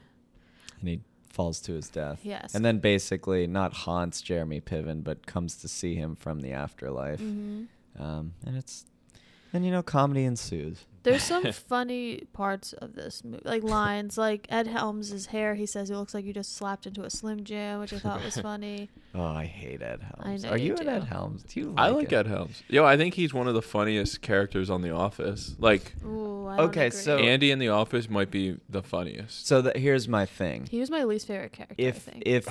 Speaker 1: and he falls to his death.
Speaker 2: Yes.
Speaker 1: and then basically not haunts Jeremy Piven, but comes to see him from the afterlife.
Speaker 2: Mhm.
Speaker 1: Um, and it's, and you know, comedy ensues.
Speaker 2: There's some funny parts of this movie, like lines, like Ed Helms' hair. He says it looks like you just slapped into a Slim Jim, which I thought was funny.
Speaker 1: Oh, I hate Ed Helms.
Speaker 2: know
Speaker 1: Are
Speaker 2: you
Speaker 1: you,
Speaker 2: do.
Speaker 1: an Ed Helms? Do you? Like
Speaker 3: I like
Speaker 1: him?
Speaker 3: Ed Helms. Yo, I think he's one of the funniest characters on The Office. Like
Speaker 2: Ooh, I don't
Speaker 1: Okay,
Speaker 2: agree.
Speaker 1: So-
Speaker 3: Andy in The Office might be the funniest.
Speaker 1: So that here's my thing.
Speaker 2: he was my least favorite character. I
Speaker 1: if
Speaker 2: think.
Speaker 1: if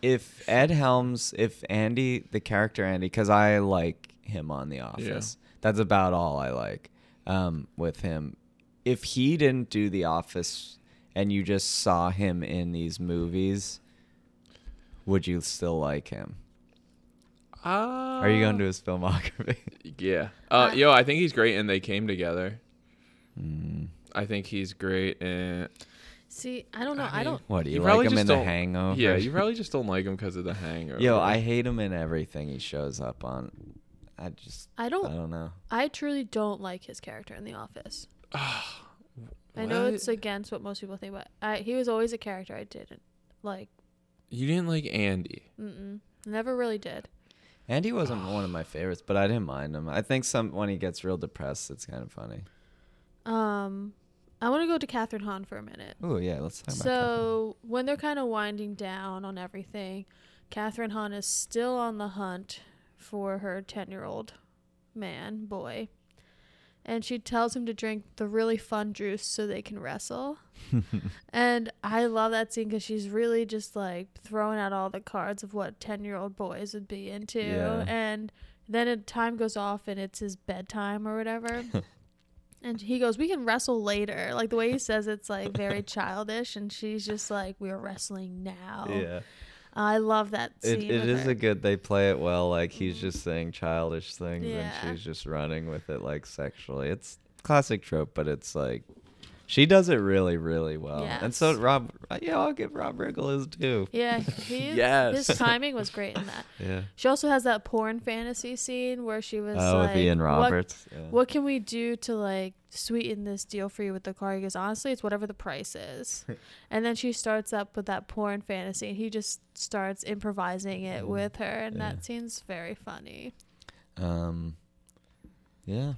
Speaker 1: if Ed Helms, if Andy, the character Andy, because I like him on The Office. That's about all I like um, with him. If he didn't do The Office and you just saw him in these movies, would you still like him? Are you
Speaker 2: Uh,
Speaker 1: going to his filmography?
Speaker 3: Uh, Yeah. Uh,
Speaker 2: I-
Speaker 3: yo, I think he's great, and they came together.
Speaker 1: Mm.
Speaker 3: I think he's great, and
Speaker 2: see, I don't know.
Speaker 3: I
Speaker 2: Oh, I,
Speaker 3: mean,
Speaker 2: don't.
Speaker 1: What do you,
Speaker 3: probably
Speaker 1: like him
Speaker 3: just
Speaker 1: in The
Speaker 3: don't-
Speaker 1: Hangover?
Speaker 3: Yeah, you probably just don't like him because of the Hangover.
Speaker 1: Yo, I hate him in everything he shows up on. I just
Speaker 2: I
Speaker 1: I
Speaker 2: don't.
Speaker 1: don't know.
Speaker 2: I truly don't like his character in The Office. I know
Speaker 3: What?
Speaker 2: it's against what most people think, but I, he was always a character I didn't like.
Speaker 3: you didn't like Andy.
Speaker 2: Mm-mm, never really did.
Speaker 1: Andy wasn't one of my favorites, but I didn't mind him. I think some when he gets real depressed, it's kind of funny.
Speaker 2: Um, I want to go to Catherine Hahn for a minute.
Speaker 1: Oh yeah, let's talk about.
Speaker 2: So when they're kind of winding down on everything, Catherine Hahn is still on the hunt for her ten-year-old man boy, and she tells him to drink the really fun juice so they can wrestle. and I love that scene because she's really just like throwing out all the cards of what ten-year-old boys would be into,
Speaker 1: Yeah.
Speaker 2: and then it, time goes off and it's his bedtime or whatever. And he goes, We can wrestle later. Like the way he says it's like very childish. And she's just like, We're wrestling now.
Speaker 1: Yeah,
Speaker 2: I love that scene.
Speaker 1: it, it
Speaker 2: with
Speaker 1: is
Speaker 2: her.
Speaker 1: a good. They play it well. Like he's just saying childish things,
Speaker 2: Mm-hmm. Yeah.
Speaker 1: and she's just running with it like sexually. It's classic trope, but it's like She does it really, really well. And so
Speaker 2: Yes.
Speaker 1: Rob, yeah, I'll give Rob Riggle his due.
Speaker 2: Yeah, he,
Speaker 3: Yes.
Speaker 2: his timing was great in that.
Speaker 1: Yeah.
Speaker 2: She also has that porn fantasy scene where she was
Speaker 1: Oh,
Speaker 2: like,
Speaker 1: with Ian
Speaker 2: "What-
Speaker 1: Roberts. yeah.
Speaker 2: What, can we do to like sweeten this deal for you with the car?" He goes, "Honestly, it's whatever the price is." and then she starts up with that porn fantasy, and he just starts improvising it with her, and
Speaker 1: Mm. Yeah.
Speaker 2: that scene's very funny.
Speaker 1: Um. Yeah. And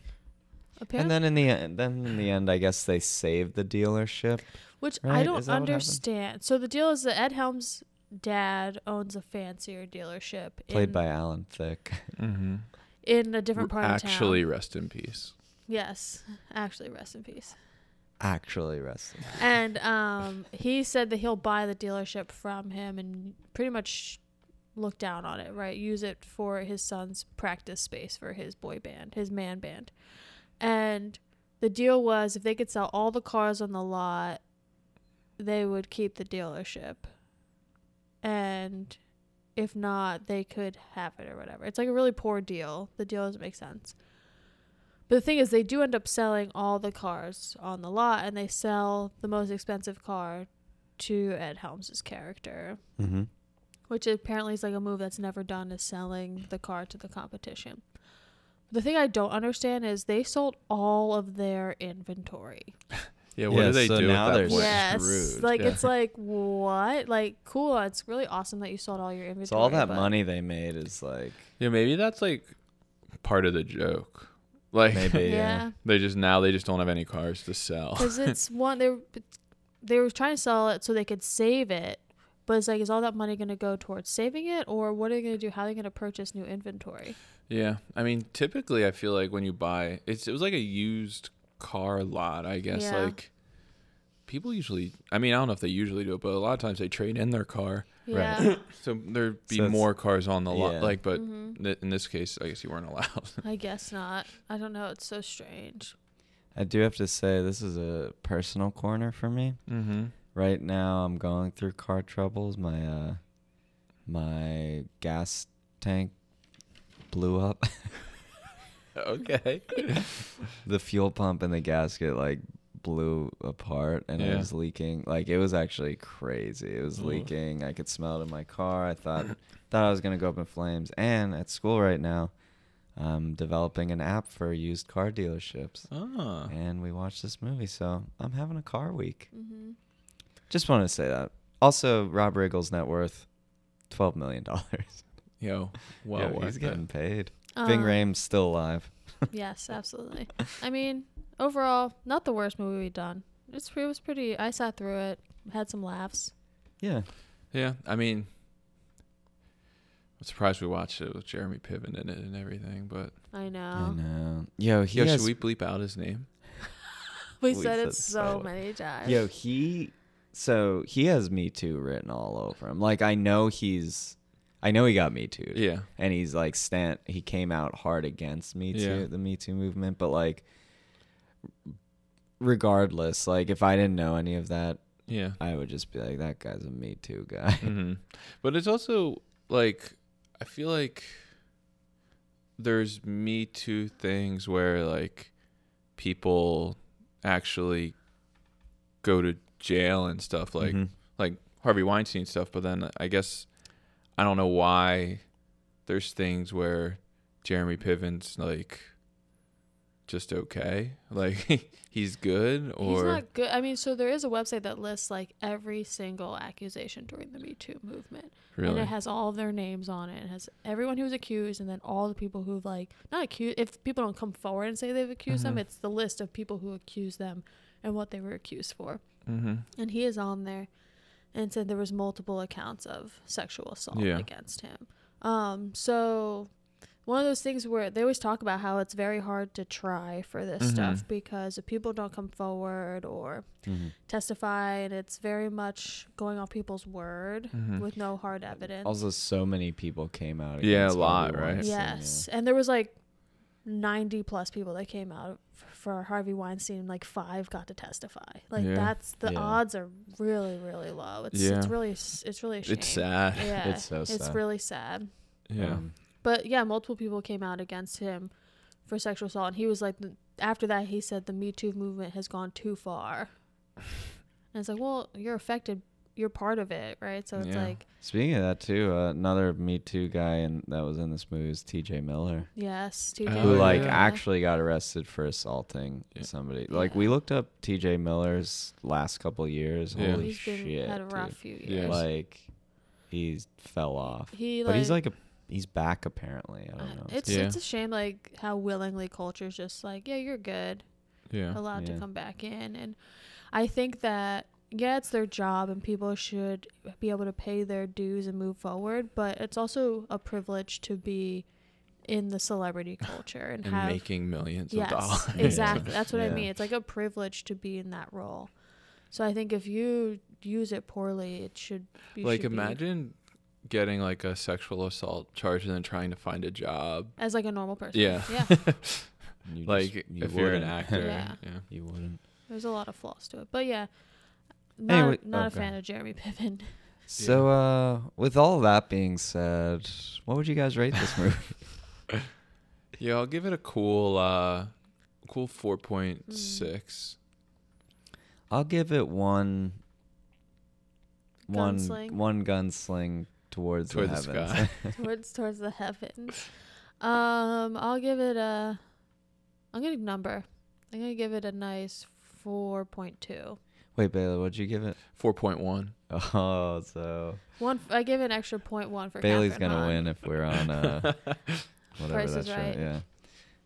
Speaker 2: Apparently,
Speaker 1: then in the end, then in the end, I guess they saved the dealership.
Speaker 2: which I
Speaker 1: Right,
Speaker 2: don't
Speaker 1: is that what happened?
Speaker 2: understand. So the deal is that Ed Helms' dad owns a fancier dealership
Speaker 1: Played
Speaker 2: in,
Speaker 1: by Alan Thicke.
Speaker 3: Mm-hmm.
Speaker 2: in a different part of town.
Speaker 3: Actually, rest in peace.
Speaker 2: Yes, actually, rest in peace.
Speaker 1: Actually, wrestling.
Speaker 2: And um, he said that he'll buy the dealership from him and pretty much look down on it, right? Use it for his son's practice space for his boy band, his man band. And the deal was if they could sell all the cars on the lot, they would keep the dealership. And if not, they could have it or whatever. It's like a really poor deal. The deal doesn't make sense. But the thing is, they do end up selling all the cars on the lot, and they sell the most expensive car to Ed Helms' character,
Speaker 1: Mm-hmm.
Speaker 2: which apparently is like a move that's never done is selling the car to the competition. The thing I don't understand is they sold all of their inventory.
Speaker 3: Yeah, what
Speaker 1: Yeah,
Speaker 3: do they
Speaker 1: so
Speaker 3: do
Speaker 1: now
Speaker 3: at
Speaker 1: they're
Speaker 3: that point?
Speaker 2: yes,
Speaker 3: Screwed.
Speaker 2: like
Speaker 3: Yeah.
Speaker 2: it's like what? Like cool. It's really awesome that you sold all your inventory.
Speaker 1: So all that
Speaker 2: but-
Speaker 1: money they made is like
Speaker 3: yeah, maybe that's like part of the joke. Like
Speaker 1: maybe uh, yeah.
Speaker 2: Yeah,
Speaker 3: they just now they just don't have any cars to sell.
Speaker 2: because it's one they were- they were trying to sell it so they could save it but it's like is all that money going to go towards saving it or what are they going to do how are they going to purchase new inventory
Speaker 3: Yeah, I mean, typically I feel like when you buy, it's it was like a used car lot, I guess.
Speaker 2: Yeah.
Speaker 3: Like people usually, I mean, I don't know if they usually do it, but a lot of times they trade in their car,
Speaker 2: yeah
Speaker 1: Right.
Speaker 3: so there'd be
Speaker 1: So it's-
Speaker 3: more cars on the lot.
Speaker 1: yeah.
Speaker 3: Like, but
Speaker 2: Mhm.
Speaker 3: th- in this case, I guess you weren't allowed.
Speaker 2: i guess not i don't know it's so strange
Speaker 1: I do have to say this is a personal corner for me.
Speaker 3: mm-hmm.
Speaker 1: Right now, I'm going through car troubles. My uh, my gas tank blew up.
Speaker 3: Okay.
Speaker 1: the fuel pump and the gasket like blew apart and
Speaker 3: Yeah. Mm.
Speaker 1: it was leaking like it was actually crazy it was
Speaker 3: Ooh.
Speaker 1: leaking i could smell it in my car i thought thought i was going to go up in flames and at school right now i'm developing an app for used car dealerships
Speaker 3: Ah.
Speaker 1: and we watched this movie so i'm having a car week
Speaker 2: mm-hmm.
Speaker 1: just wanted to say that also rob riggle's net worth 12 million dollars
Speaker 3: Yo, well,
Speaker 1: Yeah,
Speaker 3: worth
Speaker 1: he's
Speaker 3: it.
Speaker 1: getting paid
Speaker 2: Uh,
Speaker 1: bing rames still alive
Speaker 2: Um, yes absolutely i mean overall not the worst movie we've done it's it was pretty i sat through it had some laughs
Speaker 1: yeah
Speaker 3: Yeah, I mean, I'm surprised we watched it with Jeremy Piven in it and everything. But
Speaker 2: i
Speaker 1: i
Speaker 2: know
Speaker 1: know yo he
Speaker 3: yo,
Speaker 1: has
Speaker 3: should we bleep out his name?
Speaker 2: we,
Speaker 1: We
Speaker 2: said,
Speaker 1: said
Speaker 2: it so
Speaker 1: so-
Speaker 2: many times
Speaker 1: Yo, he so he has Me Too written all over him. Like I know he's I know he got Me Too.
Speaker 3: Yeah.
Speaker 1: And he's like stand he came out hard against Me Too,
Speaker 3: Yeah.
Speaker 1: the Me Too movement, but like regardless, like if I didn't know any of that,
Speaker 3: Yeah.
Speaker 1: I would just be like, That guy's a Me Too guy.
Speaker 3: hmm But it's also like I feel like there's Me Too things where like people actually go to jail and stuff like
Speaker 1: Mhm.
Speaker 3: like Harvey Weinstein stuff. But then I guess I don't know why there's things where Jeremy Piven's like just okay, like he's good or
Speaker 2: He's not good. I mean, so there is a website that lists like every single accusation during the Me Too movement, and
Speaker 3: really.
Speaker 2: it has all of their names on it. It has everyone who was accused, and then all the people who've like not accused. If people don't come forward and say they've accused them,
Speaker 3: Mhm.
Speaker 2: it's the list of people who accused them and what they were accused for.
Speaker 3: mm-hmm.
Speaker 2: And he is on there, and said there was multiple accounts of sexual assault
Speaker 3: Yeah.
Speaker 2: against him. Um, so one of those things where they always talk about how it's very hard to try for this stuff
Speaker 3: Mhm.
Speaker 2: because if people don't come forward or
Speaker 1: Mhm.
Speaker 2: testify and it's very much going off people's word
Speaker 3: Mhm.
Speaker 2: with no hard evidence.
Speaker 1: Also so many people came out against
Speaker 3: Yeah, a lot,
Speaker 1: Harvey
Speaker 3: right?
Speaker 1: Weinstein, yeah.
Speaker 2: yes. And there was like 90 plus people that came out f- for Harvey Weinstein and like 5 got to testify. Like
Speaker 3: Yeah.
Speaker 2: that's the
Speaker 1: Yeah.
Speaker 2: odds are really really low. It's it's
Speaker 3: Yeah.
Speaker 2: really s- it's really a shame.
Speaker 3: It's sad.
Speaker 2: Yeah.
Speaker 1: It's so
Speaker 2: It's
Speaker 1: sad.
Speaker 2: really sad.
Speaker 3: Yeah.
Speaker 1: Um,
Speaker 2: But yeah, multiple people came out against him for sexual assault and he was like after that he said the Me Too movement has gone too far And it's like, well, you're affected. You're part of it, right? So it's
Speaker 3: Yeah.
Speaker 2: like,
Speaker 1: Speaking of that too, uh, another Me Too guy and that was in this movie is T.J. Miller,
Speaker 2: yes, TJ.
Speaker 3: Oh,
Speaker 1: who like
Speaker 3: yeah.
Speaker 1: actually got arrested for assaulting
Speaker 3: Yeah.
Speaker 1: somebody. Like
Speaker 2: Yeah.
Speaker 1: we looked up T.J. Miller's last couple years.
Speaker 3: Yeah.
Speaker 1: Holy
Speaker 2: he's been
Speaker 1: shit!
Speaker 2: had a
Speaker 1: dude.
Speaker 2: rough few
Speaker 3: Yeah.
Speaker 2: years.
Speaker 1: Like he fell off,
Speaker 2: he
Speaker 1: but
Speaker 2: like,
Speaker 1: he's like a he's back apparently. I don't know.
Speaker 2: it's
Speaker 3: Yeah.
Speaker 2: it's a shame like how willingly culture's just like, yeah, you're good.
Speaker 3: Yeah.
Speaker 2: allowed
Speaker 1: Yeah.
Speaker 2: to come back in and i think that yeah it's their job and people should be able to pay their dues and move forward but it's also a privilege to be in the celebrity culture and,
Speaker 3: And
Speaker 2: have
Speaker 3: making millions of
Speaker 2: yes
Speaker 3: dollars.
Speaker 2: exactly that's what i
Speaker 1: Yeah.
Speaker 2: mean it's like a privilege to be in that role so i think if you use it poorly it should you
Speaker 3: like
Speaker 2: should be
Speaker 3: imagine getting like a sexual assault charge and then trying to find a job.
Speaker 2: as like a normal person
Speaker 3: Yeah.
Speaker 2: yeah
Speaker 1: You just-
Speaker 3: like
Speaker 1: you
Speaker 3: if you're an
Speaker 1: wouldn't.
Speaker 3: actor.
Speaker 2: Yeah.
Speaker 3: yeah.
Speaker 1: you wouldn't.
Speaker 2: there's a lot of flaws to it but yeah not,
Speaker 1: Anyway-
Speaker 2: not
Speaker 1: oh,
Speaker 2: a
Speaker 1: go
Speaker 2: fan of jeremy piven
Speaker 1: So, uh, with all that being said, what would you guys rate this movie?
Speaker 3: Yeah, I'll give it a cool uh cool 4.6.
Speaker 1: I'll give it one, one,
Speaker 2: Gunsling.
Speaker 1: one gunsling towards
Speaker 3: Toward
Speaker 1: the
Speaker 3: the
Speaker 1: heavens.
Speaker 3: sky.
Speaker 2: towards towards the heavens. Um, I'll give it a. I'm gonna number. I'm gonna give it a nice four point two.
Speaker 1: Wait, Bailey, what'd you give it?
Speaker 3: 4.1.
Speaker 1: Oh, so
Speaker 2: One. f- I give it an extra point one for.
Speaker 1: Bailey's
Speaker 2: Catherine
Speaker 1: gonna
Speaker 2: Hahn.
Speaker 1: win if we're on uh, whatever
Speaker 2: Price
Speaker 1: that
Speaker 2: is
Speaker 1: show.
Speaker 2: Right.
Speaker 1: Yeah.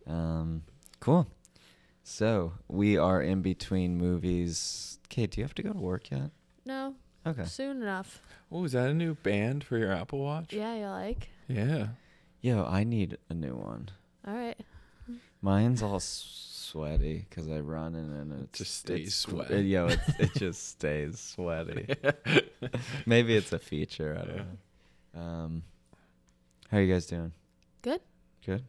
Speaker 1: Um, cool. So we are in between movies. Kate, do you have to go to work yet?
Speaker 2: No,
Speaker 1: Okay.
Speaker 2: soon enough.
Speaker 3: Oh, is that a new band for your Apple Watch?
Speaker 2: Yeah, you like.
Speaker 3: Yeah.
Speaker 1: Yo, I need a new one.
Speaker 2: All right.
Speaker 1: Mine's all s- sweaty because I run and then it
Speaker 3: just stays
Speaker 1: sweaty.
Speaker 3: sweaty.
Speaker 1: yo, it, it just stays sweaty. Maybe it's a feature. I don't
Speaker 3: Yeah.
Speaker 1: know. Um, how are you guys doing?
Speaker 2: Good.
Speaker 1: Good.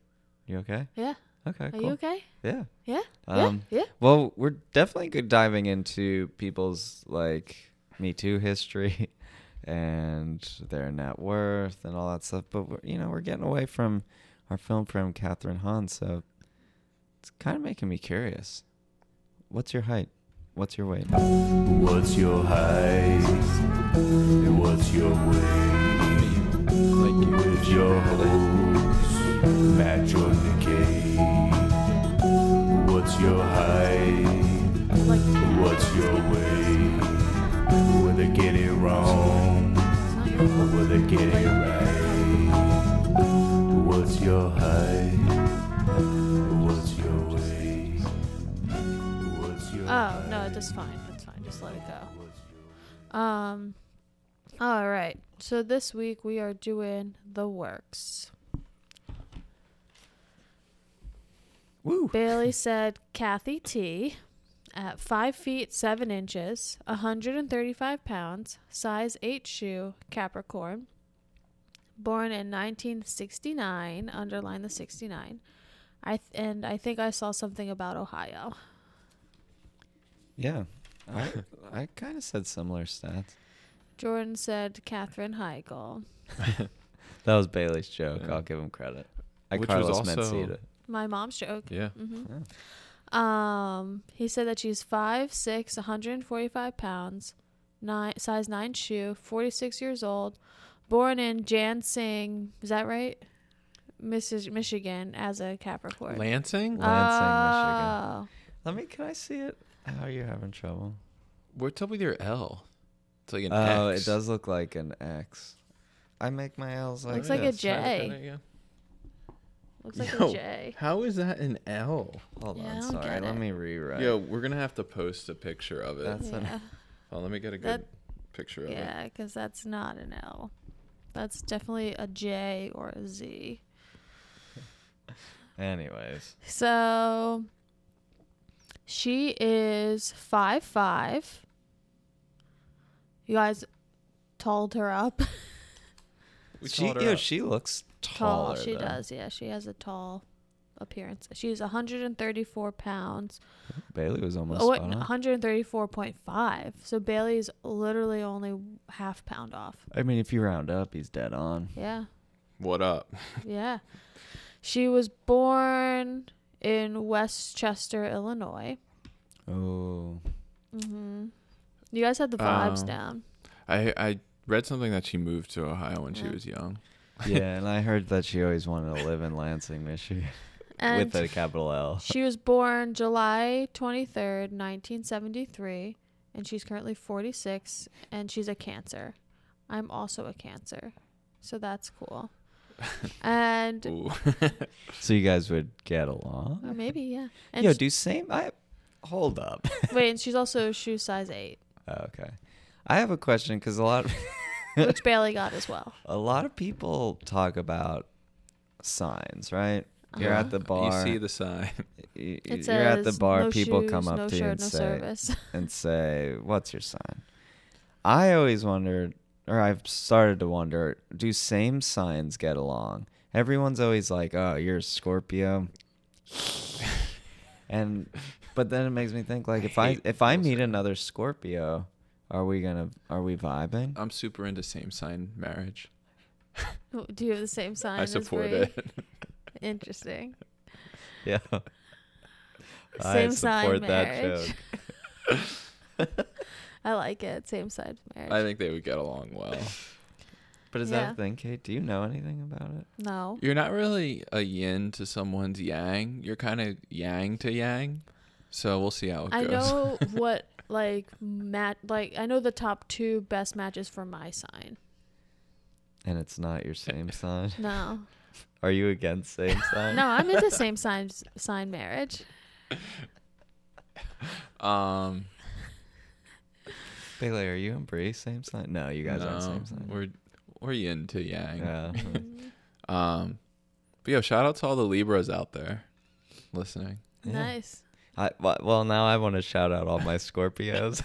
Speaker 1: You okay?
Speaker 2: Yeah.
Speaker 1: Okay.
Speaker 2: Are
Speaker 1: cool.
Speaker 2: you okay?
Speaker 1: Yeah.
Speaker 2: Yeah?
Speaker 1: Um,
Speaker 2: yeah. Yeah.
Speaker 1: Well, we're definitely good diving into people's like Me Too history and their net worth and all that stuff. But we're, you know, we're getting away from our film from Catherine Hahn, so it's kind of making me curious. What's your height? What's your weight?
Speaker 4: What's your height? What's your weight? With your hopes match or decay? What's your height?
Speaker 2: Like. yeah,
Speaker 4: What's your weight? Will they get it wrong?
Speaker 2: it's not your
Speaker 4: Or
Speaker 2: fault.
Speaker 4: will they get it right? What's your height? What's your weight? What's your
Speaker 2: Oh no, it's just fine. It's fine. Just let it go. Um. All right. So this week we are doing the works.
Speaker 1: Woo!
Speaker 2: Bailey said Kathy T at five feet seven inches, 135 pounds, size eight shoe, Capricorn. Born in 1969, underline the 69. I th- and I think I saw something about Ohio.
Speaker 1: Yeah, I I kind of said similar stats.
Speaker 2: Jordan said Katherine Heigl.
Speaker 1: That was Bailey's joke.
Speaker 3: Yeah.
Speaker 1: I'll give him credit. I
Speaker 3: Which was
Speaker 1: Carlos
Speaker 3: also-
Speaker 1: Mencia.
Speaker 2: My mom's joke.
Speaker 3: Yeah.
Speaker 2: hmm
Speaker 1: Yeah.
Speaker 2: Um, he said that she's five six, 145 pounds, nine size nine shoe, 46 years old, born in Jansing. Is that right? Mrs. Michigan as a Capricorn.
Speaker 1: Lansing,
Speaker 3: Lansing?
Speaker 1: Michigan.
Speaker 2: Oh.
Speaker 1: Let me. Can I see it? How are you having trouble?
Speaker 3: What's up with your L? It's like an
Speaker 1: Oh,
Speaker 3: X.
Speaker 1: it does look like an X. I make my L's like
Speaker 2: Looks like a
Speaker 1: this.
Speaker 2: J.
Speaker 3: Try that again.
Speaker 2: Looks like
Speaker 3: Yo.
Speaker 2: a J.
Speaker 3: How is that an L?
Speaker 1: Hold
Speaker 2: Yeah, I
Speaker 1: on,
Speaker 2: don't
Speaker 1: sorry.
Speaker 2: get
Speaker 1: Let
Speaker 2: it.
Speaker 1: me rewrite.
Speaker 3: Yo, we're gonna have to post a picture of it.
Speaker 1: That's- an-
Speaker 2: Yeah,
Speaker 3: oh, let me get a good
Speaker 2: That-
Speaker 3: picture of it.
Speaker 2: yeah, because that's not an L. That's definitely a J or a Z.
Speaker 1: Anyways,
Speaker 2: So she is five five. You guys told her up.
Speaker 3: We
Speaker 1: she,
Speaker 3: called her
Speaker 1: yo,
Speaker 3: up.
Speaker 1: she looks
Speaker 2: Tall.
Speaker 1: taller.
Speaker 2: She
Speaker 1: though.
Speaker 2: does. Yeah, she has a tall appearance. She's 134 pounds.
Speaker 1: Bailey was almost
Speaker 2: Oh, wait,
Speaker 1: spot on.
Speaker 2: 134.5. So Bailey's literally only half pound off.
Speaker 1: I mean, if you round up, he's dead on.
Speaker 2: Yeah.
Speaker 3: What up?
Speaker 2: Yeah. She was born in Westchester, Illinois.
Speaker 1: Oh,
Speaker 2: Mm-hmm. You guys had the vibes
Speaker 3: Um,
Speaker 2: down.
Speaker 3: I I read something that she moved to Ohio when she
Speaker 2: Yeah.
Speaker 3: was young.
Speaker 1: yeah, and I heard that she always wanted to live in Lansing, Michigan,
Speaker 2: And
Speaker 1: with a capital L.
Speaker 2: she was born July 23rd, 1973, and she's currently 46, and she's a Cancer. I'm also a Cancer, so that's cool. And
Speaker 3: Ooh.
Speaker 1: So you guys would get along.
Speaker 2: or maybe yeah. And
Speaker 1: Yo,
Speaker 2: sh-
Speaker 1: do same. I hold up.
Speaker 2: wait, and she's also shoe size eight,
Speaker 1: Oh, okay, I have a question because a lot of
Speaker 2: which Bailey got as well.
Speaker 1: a lot of people talk about signs, right? You're
Speaker 2: Uh-huh.
Speaker 1: at the bar.
Speaker 3: You see the sign.
Speaker 1: y- y-
Speaker 2: It says
Speaker 1: you're at the bar.
Speaker 2: no
Speaker 1: people
Speaker 2: shoes,
Speaker 1: come up
Speaker 2: no
Speaker 1: to
Speaker 2: shirt,
Speaker 1: you and
Speaker 2: no
Speaker 1: say,
Speaker 2: service.
Speaker 1: and say, "What's your sign?" I always wondered, or I've started to wonder, do same signs get along? Everyone's always like, "Oh, you're a Scorpio," and but then it makes me think, like, if
Speaker 3: I
Speaker 1: I
Speaker 3: hate
Speaker 1: if I
Speaker 3: those
Speaker 1: meet
Speaker 3: guys.
Speaker 1: another Scorpio, are we gonna are we
Speaker 2: Oh.
Speaker 1: vibing?
Speaker 3: I'm super into same sign marriage.
Speaker 2: Do you have the same sign?
Speaker 3: I
Speaker 2: That's
Speaker 3: support
Speaker 2: very
Speaker 3: it.
Speaker 2: Interesting.
Speaker 1: Yeah,
Speaker 2: Same sign marriage. I like it. Same side marriage.
Speaker 3: I think they would get along well.
Speaker 1: But is that
Speaker 2: Yeah.
Speaker 1: a thing, Kate? Do you know anything about it?
Speaker 2: no.
Speaker 3: You're not really a yin to someone's yang. You're kind of yang to yang. So we'll see how it
Speaker 2: I
Speaker 3: goes.
Speaker 2: know what like mat like I know the top two best matches for my sign.
Speaker 1: And it's not your same sign.
Speaker 2: No.
Speaker 1: Are you against same sign?
Speaker 2: No, I'm into same sign sign marriage.
Speaker 3: Um,
Speaker 1: Bailey, are you and Bree same sign? No, you guys aren't
Speaker 3: no,
Speaker 1: same sign.
Speaker 3: we're we're yin to yang.
Speaker 1: Yeah.
Speaker 2: Mhm.
Speaker 3: Um, but yo, shout out to all the Libras out there listening.
Speaker 1: Yeah.
Speaker 2: Nice.
Speaker 1: I, wa- well, now I want to shout out all my Scorpios.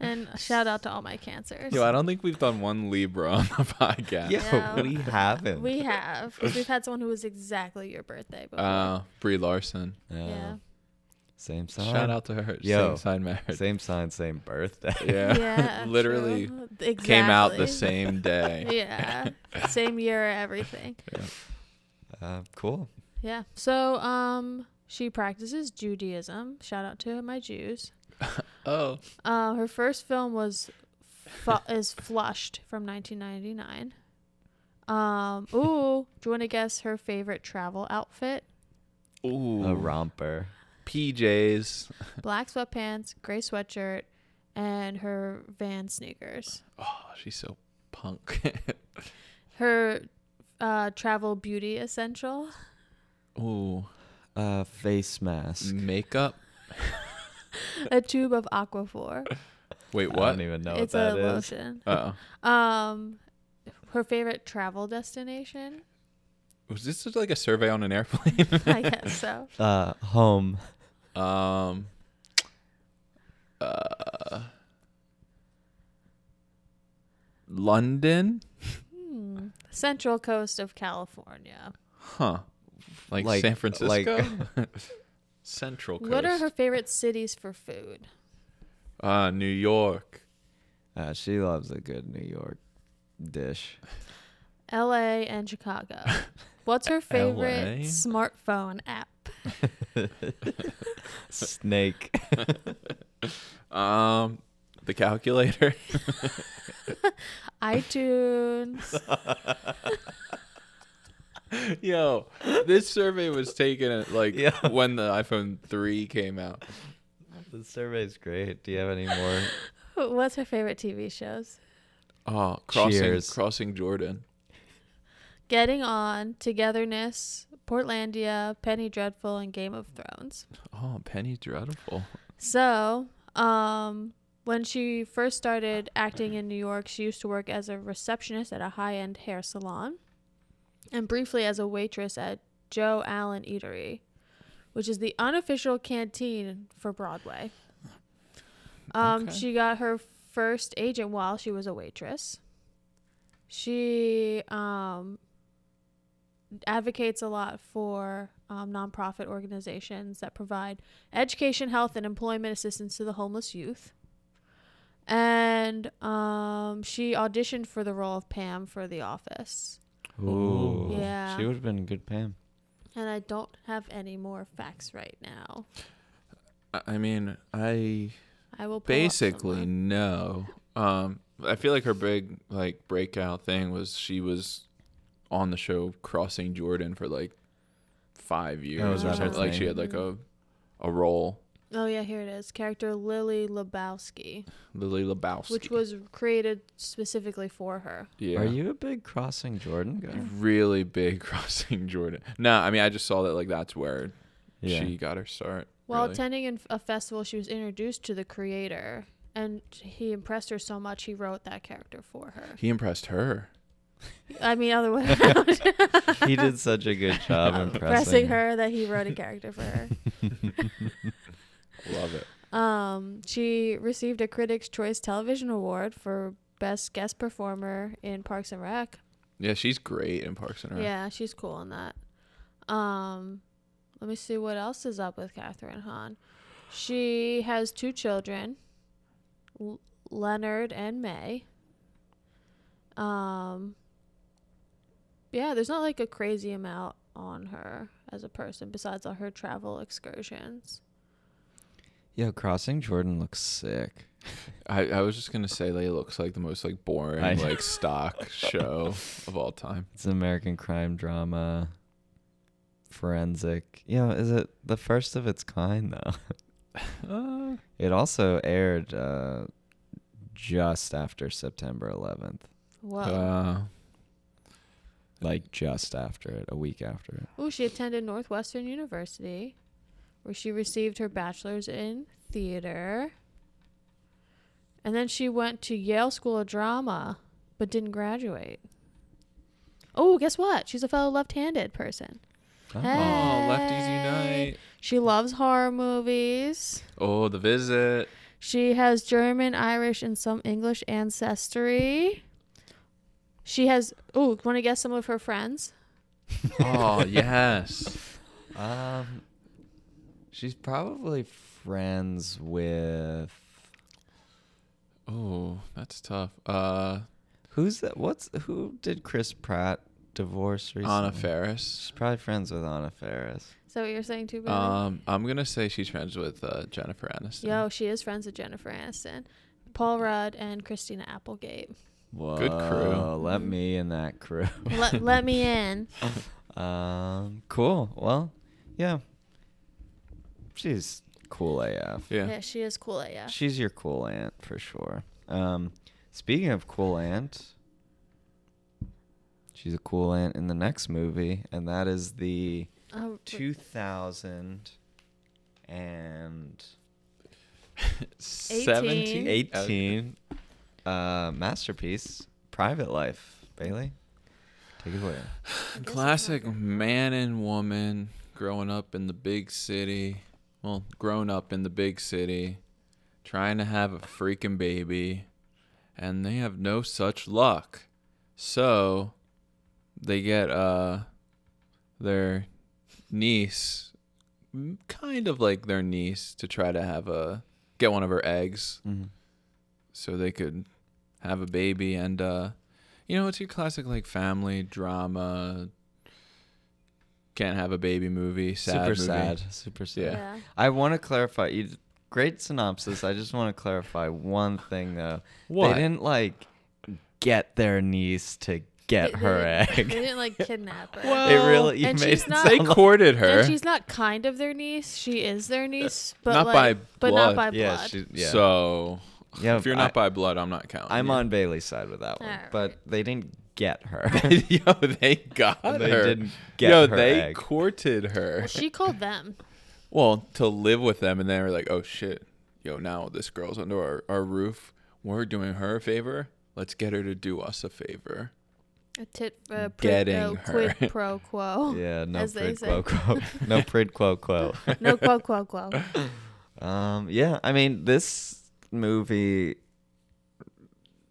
Speaker 2: And shout out to all my cancers.
Speaker 3: Yo, I don't think we've done one Libra on the podcast.
Speaker 1: Yo,
Speaker 2: Yeah.
Speaker 1: we haven't.
Speaker 2: we have 'cause we've had someone who was exactly your birthday before.
Speaker 3: Uh, Brie Larson.
Speaker 1: Yeah.
Speaker 2: yeah.
Speaker 1: Same sign.
Speaker 3: Shout out to her.
Speaker 1: Yo.
Speaker 3: Same sign marriage.
Speaker 1: Same sign, same birthday.
Speaker 3: Yeah. Literally
Speaker 2: true. exactly.
Speaker 3: Came out the same day.
Speaker 2: Yeah. Same year, everything.
Speaker 1: Uh, cool.
Speaker 2: Yeah. So, um, she practices Judaism. Shout out to my Jews.
Speaker 3: Oh,
Speaker 2: Uh, her first film was fu- is Flushed from 1999. Um, ooh, do you want to guess her favorite travel outfit?
Speaker 3: ooh,
Speaker 1: A romper.
Speaker 3: PJs.
Speaker 2: Black sweatpants, gray sweatshirt, and her Van sneakers.
Speaker 3: Oh, she's so punk.
Speaker 2: Her uh, travel beauty essential.
Speaker 3: ooh,
Speaker 1: Uh, face mask.
Speaker 3: Mm, makeup.
Speaker 2: A tube of Aquaphor.
Speaker 3: Wait,
Speaker 1: I
Speaker 3: what?
Speaker 1: don't even know
Speaker 2: it's
Speaker 1: what
Speaker 2: a
Speaker 1: that is.
Speaker 2: lotion.
Speaker 3: Uh,
Speaker 2: Um, her favorite travel destination.
Speaker 3: was this just like a survey on an airplane?
Speaker 2: I guess so.
Speaker 1: Uh, home.
Speaker 3: um, uh, London,
Speaker 2: Hmm. Central coast of California.
Speaker 3: huh? Like,
Speaker 1: Like-
Speaker 3: San
Speaker 1: like-
Speaker 3: Francisco, Central Coast,
Speaker 2: What are her favorite cities for food?
Speaker 3: uh, New York.
Speaker 1: Uh, she loves a good New York dish.
Speaker 2: LA and Chicago. What's her favorite
Speaker 3: LA?
Speaker 2: smartphone app?
Speaker 1: Snake.
Speaker 3: Um, the calculator.
Speaker 2: iTunes.
Speaker 3: Yo, this survey was taken at like
Speaker 1: Yeah.
Speaker 3: when the iPhone 3 came out.
Speaker 1: the survey's great. Do you have any more?
Speaker 2: What's her favorite TV shows?
Speaker 3: Oh, crossing
Speaker 1: Cheers.
Speaker 3: crossing Jordan.
Speaker 2: Getting On, Togetherness, Portlandia, Penny Dreadful, and Game of Thrones.
Speaker 3: Oh, Penny Dreadful.
Speaker 2: So, um, when she first started acting in New York, she used to work as a receptionist at a high end hair salon and briefly as a waitress at Joe Allen Eatery, which is the unofficial canteen for Broadway. Um,
Speaker 3: Okay.
Speaker 2: She got her first agent while she was a waitress. She um, advocates a lot for um, nonprofit organizations that provide education, health, and employment assistance to the homeless youth. And um, she auditioned for the role of Pam for The Office.
Speaker 1: Ooh.
Speaker 2: Yeah.
Speaker 1: She would have been a good Pam.
Speaker 2: And I don't have any more facts right now.
Speaker 3: I I mean, I
Speaker 2: I will. pull up
Speaker 3: Basically,
Speaker 2: someone.
Speaker 3: no. Um, I feel like her big like breakout thing was she was on the show Crossing Jordan for like five years
Speaker 1: was
Speaker 3: or
Speaker 1: that her
Speaker 3: something. Like she had like a a role,
Speaker 2: Oh yeah, here it is. Character Lily Lebowski,
Speaker 3: Lily Lebowski.
Speaker 2: which was created specifically for her.
Speaker 3: yeah,
Speaker 1: Are you a big Crossing Jordan guy?
Speaker 3: really big Crossing Jordan? No, I mean I just saw that like that's where
Speaker 1: Yeah.
Speaker 3: she got her start.
Speaker 2: While
Speaker 3: really.
Speaker 2: attending an- a festival, she was introduced to the creator, and he impressed her so much he wrote that character for her.
Speaker 3: he impressed her.
Speaker 2: I mean, other way around.
Speaker 1: he did such a good job
Speaker 2: Pressing
Speaker 1: impressing
Speaker 2: her that he wrote a character for her.
Speaker 3: Love it.
Speaker 2: Um, she received a Critics' Choice Television Award for Best Guest Performer in Parks and Rec.
Speaker 3: Yeah, she's great in Parks and Rec.
Speaker 2: Yeah, she's cool in that. Um, let me see what else is up with Catherine Hahn. She has two children, L- Leonard and May. Um, yeah, there's not like a crazy amount on her as a person besides all her travel excursions.
Speaker 1: Yo, Crossing Jordan looks sick.
Speaker 3: I, I was just gonna say they looks like the most like boring
Speaker 1: I-
Speaker 3: like stock show of all time.
Speaker 1: It's an American crime drama, forensic. You know, is it the first of its kind though?
Speaker 3: Uh,
Speaker 1: It also aired uh, just after September 11th,
Speaker 2: Whoa.
Speaker 3: uh,
Speaker 1: like just after it, a week after it.
Speaker 2: Oh, she attended Northwestern University, where she received her bachelor's in theater. And then she went to Yale School of Drama, but didn't graduate. Oh, guess what? She's a fellow left handed person.
Speaker 1: Oh.
Speaker 2: Hey.
Speaker 3: oh, lefties unite!
Speaker 2: She loves horror movies.
Speaker 3: Oh, the visit.
Speaker 2: She has German, Irish, and some English ancestry. She has, oh, want to guess some of her friends?
Speaker 3: Oh yes.
Speaker 1: Um, she's probably friends with
Speaker 3: Oh, that's tough. Uh,
Speaker 1: who's that? What's who did Chris Pratt divorce recently?
Speaker 3: Anna
Speaker 1: She's
Speaker 3: Ferris.
Speaker 1: probably friends with Anna Ferris.
Speaker 2: Is that what you're saying too, Billy?
Speaker 3: Um, I'm gonna say she's friends with uh, Jennifer Aniston.
Speaker 2: Yo, she is friends with Jennifer Aniston, Paul Rudd, and Christina Applegate.
Speaker 1: Whoa,
Speaker 3: crew. Mm-hmm.
Speaker 1: Let me in that crew.
Speaker 2: let, let me in.
Speaker 1: Um, cool. Well, yeah, she's cool AF.
Speaker 3: Yeah.
Speaker 2: Yeah, she is cool. eh, Yeah.
Speaker 1: She's your cool aunt for sure. Um, speaking of cool aunt, she's a cool aunt in the next movie, and that is the
Speaker 2: Um,
Speaker 1: 2000 and
Speaker 3: Seventeen.
Speaker 1: 18 uh, masterpiece, Private Life. Bailey, take it away.
Speaker 3: Classic man and woman growing up in the big city. Well, grown up in the big city, trying to have a freaking baby, and they have no such luck. So they get uh their niece m- kind of like their niece to try to have a get one of her eggs so they could have a baby and uh you know it's your classic like family drama can't have a baby movie sad
Speaker 1: Super
Speaker 3: movie.
Speaker 1: sad. Super sad.
Speaker 3: Yeah.
Speaker 2: yeah.
Speaker 1: I want to clarify. You, d- great synopsis. I just want to clarify one thing though.
Speaker 3: What?
Speaker 1: They didn't like get their niece to get
Speaker 2: They-
Speaker 1: her
Speaker 2: they didn't- They
Speaker 1: egg.
Speaker 2: didn't like kidnap her.
Speaker 1: They really you
Speaker 2: and
Speaker 1: made
Speaker 2: she's
Speaker 1: it
Speaker 2: not-
Speaker 3: they
Speaker 1: sound like-
Speaker 3: courted her
Speaker 2: and she's not kind of their niece. She is their niece, but
Speaker 3: Not
Speaker 2: like,
Speaker 3: by
Speaker 2: but not
Speaker 3: blood.
Speaker 2: by
Speaker 1: yeah,
Speaker 2: blood.
Speaker 1: she, yeah.
Speaker 3: so
Speaker 1: Yeah,
Speaker 3: if you're
Speaker 1: I-
Speaker 3: not by blood i'm not counting
Speaker 1: I'm
Speaker 3: you.
Speaker 1: on Bailey's side with that one,
Speaker 2: Alright.
Speaker 1: but they didn't get her.
Speaker 3: yo they got
Speaker 1: They
Speaker 3: her
Speaker 1: didn't get
Speaker 3: yo
Speaker 1: her
Speaker 3: they
Speaker 1: egg.
Speaker 3: courted her
Speaker 2: well, she called them.
Speaker 3: Well, to live with them, and they were like, "Oh shit, yo, now this girl's under our, our roof. We're doing her a favor. Let's get her to do us a favor."
Speaker 2: A tit, uh, pro,
Speaker 3: Getting
Speaker 2: no,
Speaker 3: her.
Speaker 2: quid pro quo.
Speaker 1: yeah, no
Speaker 2: as they
Speaker 1: prid
Speaker 2: say.
Speaker 1: quo quo. No prid quo quo.
Speaker 2: No quo quo quo.
Speaker 1: Um, yeah, I mean this movie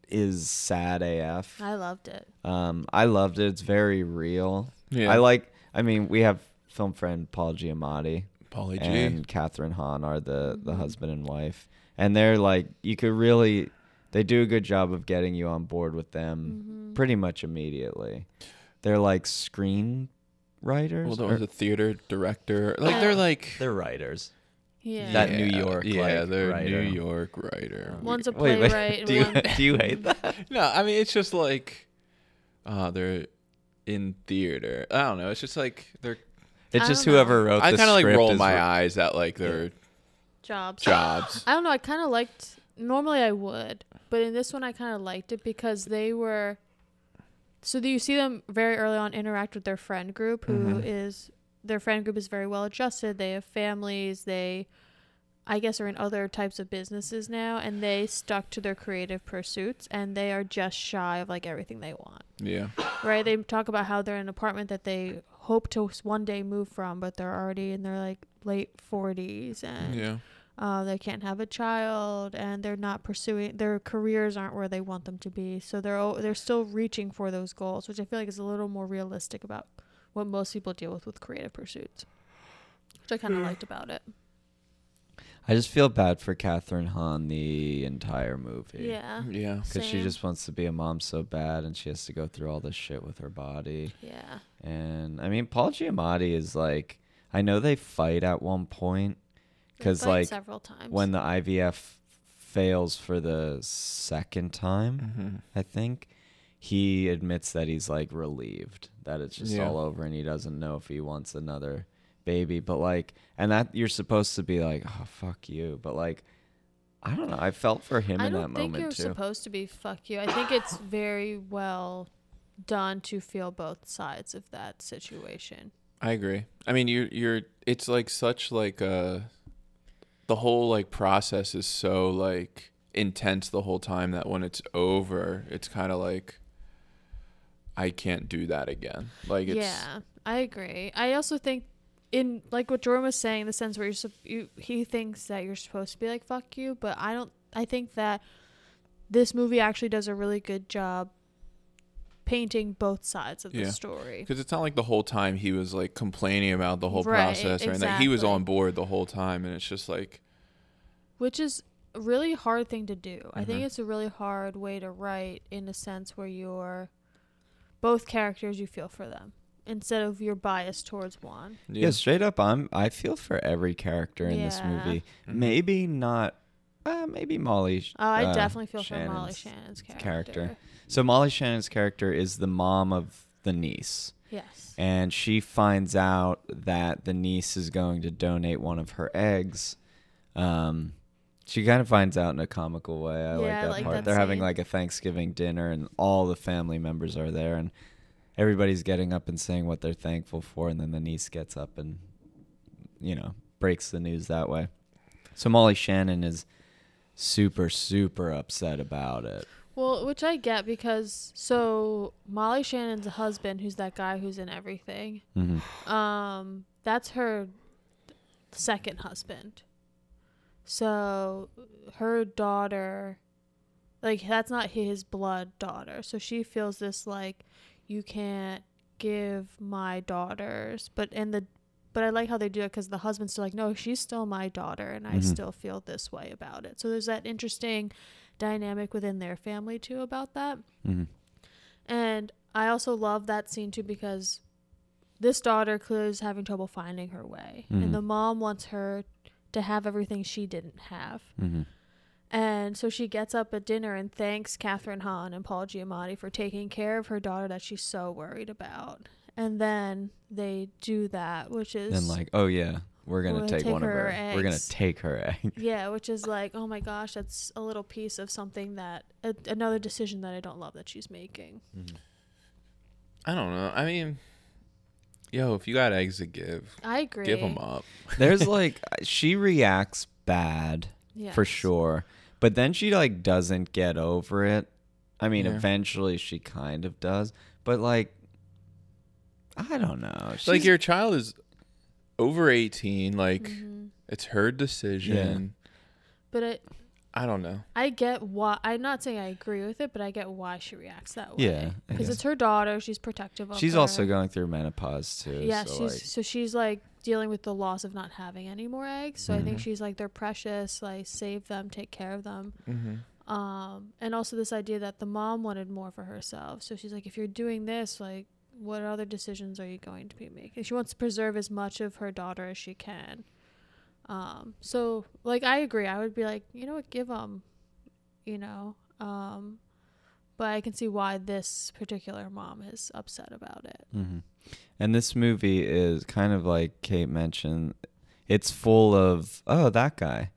Speaker 1: is sad AF.
Speaker 2: I loved it.
Speaker 1: Um, I loved it. It's very real.
Speaker 3: Yeah.
Speaker 1: I like. I mean, we have film friend Paul Giamatti
Speaker 3: Polly G.
Speaker 1: and Catherine Hahn are the the
Speaker 2: Mm-hmm.
Speaker 1: husband and wife, and they're like you could really. They do a good job of getting you on board with
Speaker 2: Mm-hmm.
Speaker 1: them pretty much immediately. They're like screen writers.
Speaker 3: well, there
Speaker 1: or-
Speaker 3: was a theater director. Like
Speaker 2: Yeah.
Speaker 3: they're like
Speaker 1: they're writers.
Speaker 2: Yeah.
Speaker 1: That New York,
Speaker 3: yeah,
Speaker 1: like,
Speaker 3: they're
Speaker 1: writer. Um,
Speaker 3: New York writer.
Speaker 2: One's a
Speaker 1: Wait, wait,
Speaker 2: playwright.
Speaker 1: do you
Speaker 2: and one,
Speaker 1: do you hate that?
Speaker 3: No, I mean it's just like, uh, they're in theater. I don't know. It's just like they're.
Speaker 1: It's
Speaker 2: I
Speaker 1: just
Speaker 2: don't know.
Speaker 1: whoever wrote
Speaker 3: I
Speaker 1: the
Speaker 3: kind of like
Speaker 1: script
Speaker 3: roll
Speaker 1: is
Speaker 3: my
Speaker 1: wr-
Speaker 3: eyes at like their
Speaker 2: jobs.
Speaker 3: jobs.
Speaker 2: I don't know. I kind of liked. Normally I would, but in this one I kind of liked it because they were. So that you see them very early on interact with their friend group, who is
Speaker 1: Mhm.
Speaker 2: their friend group is very well adjusted. They have families. They, I guess, are in other types of businesses now, and they stuck to their creative pursuits, and they are just shy of like everything they want.
Speaker 3: yeah.
Speaker 2: right? They talk about how they're in an apartment that they hope to s- one day move from, but they're already in their like late forties and
Speaker 3: Yeah.
Speaker 2: uh, they can't have a child and they're not pursuing their careers aren't where they want them to be. So they're o- they're still reaching for those goals, which I feel like is a little more realistic about what most people deal with with creative pursuits, which I kind
Speaker 1: Hmm.
Speaker 2: of liked about it.
Speaker 1: I just feel bad for Catherine Hahn the entire movie.
Speaker 2: Yeah,
Speaker 3: Yeah.
Speaker 1: Because Hmm. she
Speaker 2: Same.
Speaker 1: just wants to be a mom so bad, and she has to go through all this shit with her body.
Speaker 2: yeah,
Speaker 1: And I mean, Paul Giamatti is like, I know they fight at one point
Speaker 2: They
Speaker 1: because
Speaker 2: fight
Speaker 1: like
Speaker 2: several times
Speaker 1: when the IVF fails for the second time,
Speaker 3: Mhm.
Speaker 1: I think he admits that he's like relieved that it's just
Speaker 3: Yeah.
Speaker 1: all over, and he doesn't know if he wants another baby. But like, and that you're supposed to be like, oh fuck you, but like. I don't know. I felt for him
Speaker 2: I
Speaker 1: in
Speaker 2: don't
Speaker 1: that
Speaker 2: think
Speaker 1: moment
Speaker 2: you're
Speaker 1: too.
Speaker 2: supposed to be fuck you. I think it's very well done to feel both sides of that situation.
Speaker 3: I agree. I mean, you you're it's like such like uh the whole like process is so like intense the whole time that when it's over, it's kind of like I can't do that again. Like it's
Speaker 2: yeah, I agree. I also think in like what Jordan was saying, the sense where you're sup- you he thinks that you're supposed to be like fuck you, but I don't. I think that this movie actually does a really good job painting both sides of
Speaker 3: Yeah.
Speaker 2: the story.
Speaker 3: because it's not like the whole time he was like complaining about the whole
Speaker 2: Right,
Speaker 3: process, right? Like he was
Speaker 2: exactly.
Speaker 3: on board the whole time, and it's just like
Speaker 2: which is a really hard thing to do. I think
Speaker 3: Mhm.
Speaker 2: it's a really hard way to write in a sense where you're both characters you feel for them instead of your bias towards one.
Speaker 1: Yeah. straight up, I'm. I feel for every character in this
Speaker 2: Yeah.
Speaker 1: movie.
Speaker 3: Mhm.
Speaker 1: Maybe not. Uh, maybe Molly. Sh-
Speaker 2: Oh, I
Speaker 1: uh,
Speaker 2: definitely feel for Molly
Speaker 1: Shannon's-
Speaker 2: Shannon's character.
Speaker 1: character. So Molly Shannon's character is the mom of the niece,
Speaker 2: Yes.
Speaker 1: and she finds out that the niece is going to donate one of her eggs. Um, she kind of finds out in a comical way. I like
Speaker 2: Yeah, I
Speaker 1: that
Speaker 2: like
Speaker 1: part.
Speaker 2: that
Speaker 1: They're having
Speaker 2: scene.
Speaker 1: like a Thanksgiving dinner, and all the family members are there, and everybody's getting up and saying what they're thankful for, and then the niece gets up and you know breaks the news that way. So Molly Shannon is super super upset about it.
Speaker 2: Well, which I get because so Molly Shannon's husband, who's that guy who's in everything,
Speaker 1: Mhm.
Speaker 2: um, that's her second husband. So her daughter, like that's not his blood daughter. So she feels this like you can't give my daughters, but and the but I like how they do it because the husband's still like, no, she's still my daughter, and I
Speaker 1: Mhm.
Speaker 2: still feel this way about it. So there's that interesting dynamic within their family too about that.
Speaker 1: Mhm.
Speaker 2: And I also love that scene too because this daughter clearly is having trouble finding her way.
Speaker 1: Mhm.
Speaker 3: Mm-hmm.
Speaker 2: And the mom wants her to have everything she didn't have.
Speaker 1: Mhm.
Speaker 2: And so she gets up at dinner and thanks Catherine Hahn and Paul Giamatti for taking care of her daughter that she's so worried about. And then they do that, which is
Speaker 1: and like, oh yeah, we're gonna
Speaker 2: We'll
Speaker 1: take,
Speaker 2: take
Speaker 1: one of her.
Speaker 2: her
Speaker 1: We're gonna
Speaker 2: eggs.
Speaker 1: take her egg.
Speaker 2: Yeah, which is like, oh my gosh, that's a little piece of something that a, another decision that I don't love that she's making.
Speaker 3: Mm. I don't know. I mean, yo, if you got eggs to give,
Speaker 2: I agree.
Speaker 3: give 'em give them up.
Speaker 1: There's like she reacts bad for
Speaker 2: Yes.
Speaker 1: sure, but then she like doesn't get over it. I mean,
Speaker 3: Yeah.
Speaker 1: eventually she kind of does, but like, I don't know.
Speaker 3: It's like
Speaker 1: She's-
Speaker 3: your child is over 18 like
Speaker 2: Mm-hmm.
Speaker 3: it's her decision
Speaker 2: But it,
Speaker 3: i don't know
Speaker 2: I get why. I'm not saying I agree with it, but I get why she reacts that way.
Speaker 1: Yeah, I
Speaker 2: because
Speaker 1: guess.
Speaker 2: it's her daughter. She's protective of.
Speaker 1: she's
Speaker 2: her.
Speaker 1: also going through menopause too.
Speaker 2: Yeah,
Speaker 1: so
Speaker 2: she's
Speaker 1: like,
Speaker 2: so she's like dealing with the loss of not having any more eggs. So I
Speaker 1: Mm-hmm.
Speaker 2: think she's like they're precious. Like save them, take care of them.
Speaker 1: Mm-hmm.
Speaker 2: Um, and also this idea that the mom wanted more for herself. So she's like, if you're doing this, like, what other decisions are you going to be making? She wants to preserve as much of her daughter as she can. Um, so like I agree. I would be like, you know what, give them, you know. Um, but I can see why this particular mom is upset about it.
Speaker 1: hmm And this movie is kind of like Kate mentioned, it's full of, oh, that guy.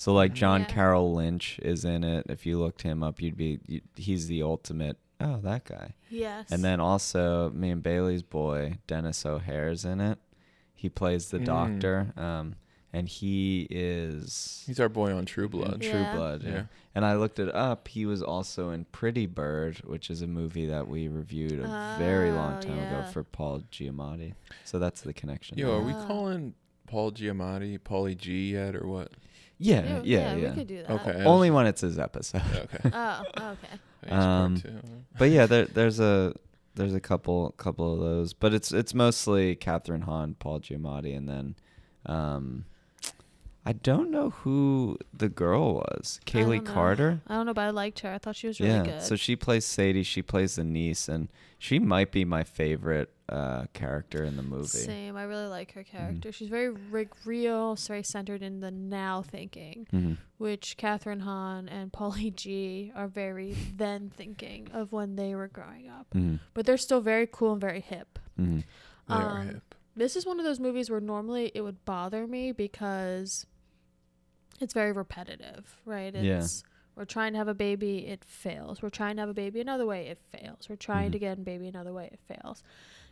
Speaker 1: So, like, John
Speaker 2: Mm-hmm. Yeah.
Speaker 1: Carroll Lynch is in it. If you looked him up, you'd be, you, he's the ultimate, oh, that guy.
Speaker 2: Yes.
Speaker 1: And then also, me and Bailey's boy, Dennis O'Hare's in it. He plays the
Speaker 3: Mm.
Speaker 1: doctor. Um, and he is
Speaker 3: He's our boy on True
Speaker 1: in
Speaker 3: Blood.
Speaker 2: Yeah.
Speaker 1: True Blood. Yeah.
Speaker 3: Yeah.
Speaker 1: And I looked it up. He was also in Pretty Bird, which is a movie that we reviewed a very long
Speaker 2: Oh,
Speaker 1: time ago
Speaker 2: yeah.
Speaker 1: for Paul Giamatti. So that's the connection.
Speaker 3: Yo, are we
Speaker 2: Ah.
Speaker 3: calling Paul Giamatti Paulie G yet or what?
Speaker 1: yeah, yeah, yeah. Oh.
Speaker 2: We could do that.
Speaker 3: Okay. I was
Speaker 1: Only when it's his episode.
Speaker 3: just- Okay.
Speaker 2: Oh, okay.
Speaker 3: Thanks, part
Speaker 1: Um,
Speaker 3: two.
Speaker 1: but yeah, there, there's a there's a couple couple of those, but it's it's mostly Catherine Hahn, Paul Giamatti, and then um, I don't know who the girl was,
Speaker 2: I don't
Speaker 1: Kaylee
Speaker 2: know.
Speaker 1: Carter.
Speaker 2: I don't know, but I liked her. I thought she was really good.
Speaker 1: So she plays Sadie. She plays the niece, and she might be my favorite uh, character in the movie.
Speaker 2: Same. I really like her character. She's very rig- real, it's very centered in the now thinking,
Speaker 1: Mhm.
Speaker 2: which Catherine Hahn and Polly G are very then thinking of when they were growing up.
Speaker 1: Mhm.
Speaker 2: But they're still very cool and very hip.
Speaker 1: Mhm.
Speaker 3: They are
Speaker 2: um,
Speaker 3: hip.
Speaker 2: This is one of those movies where normally it would bother me because it's very repetitive, right? It's
Speaker 1: Yeah.
Speaker 2: we're trying to have a baby, it fails. We're trying to have a baby another way, it fails. We're trying to
Speaker 1: Mhm.
Speaker 2: get a baby another way, it fails.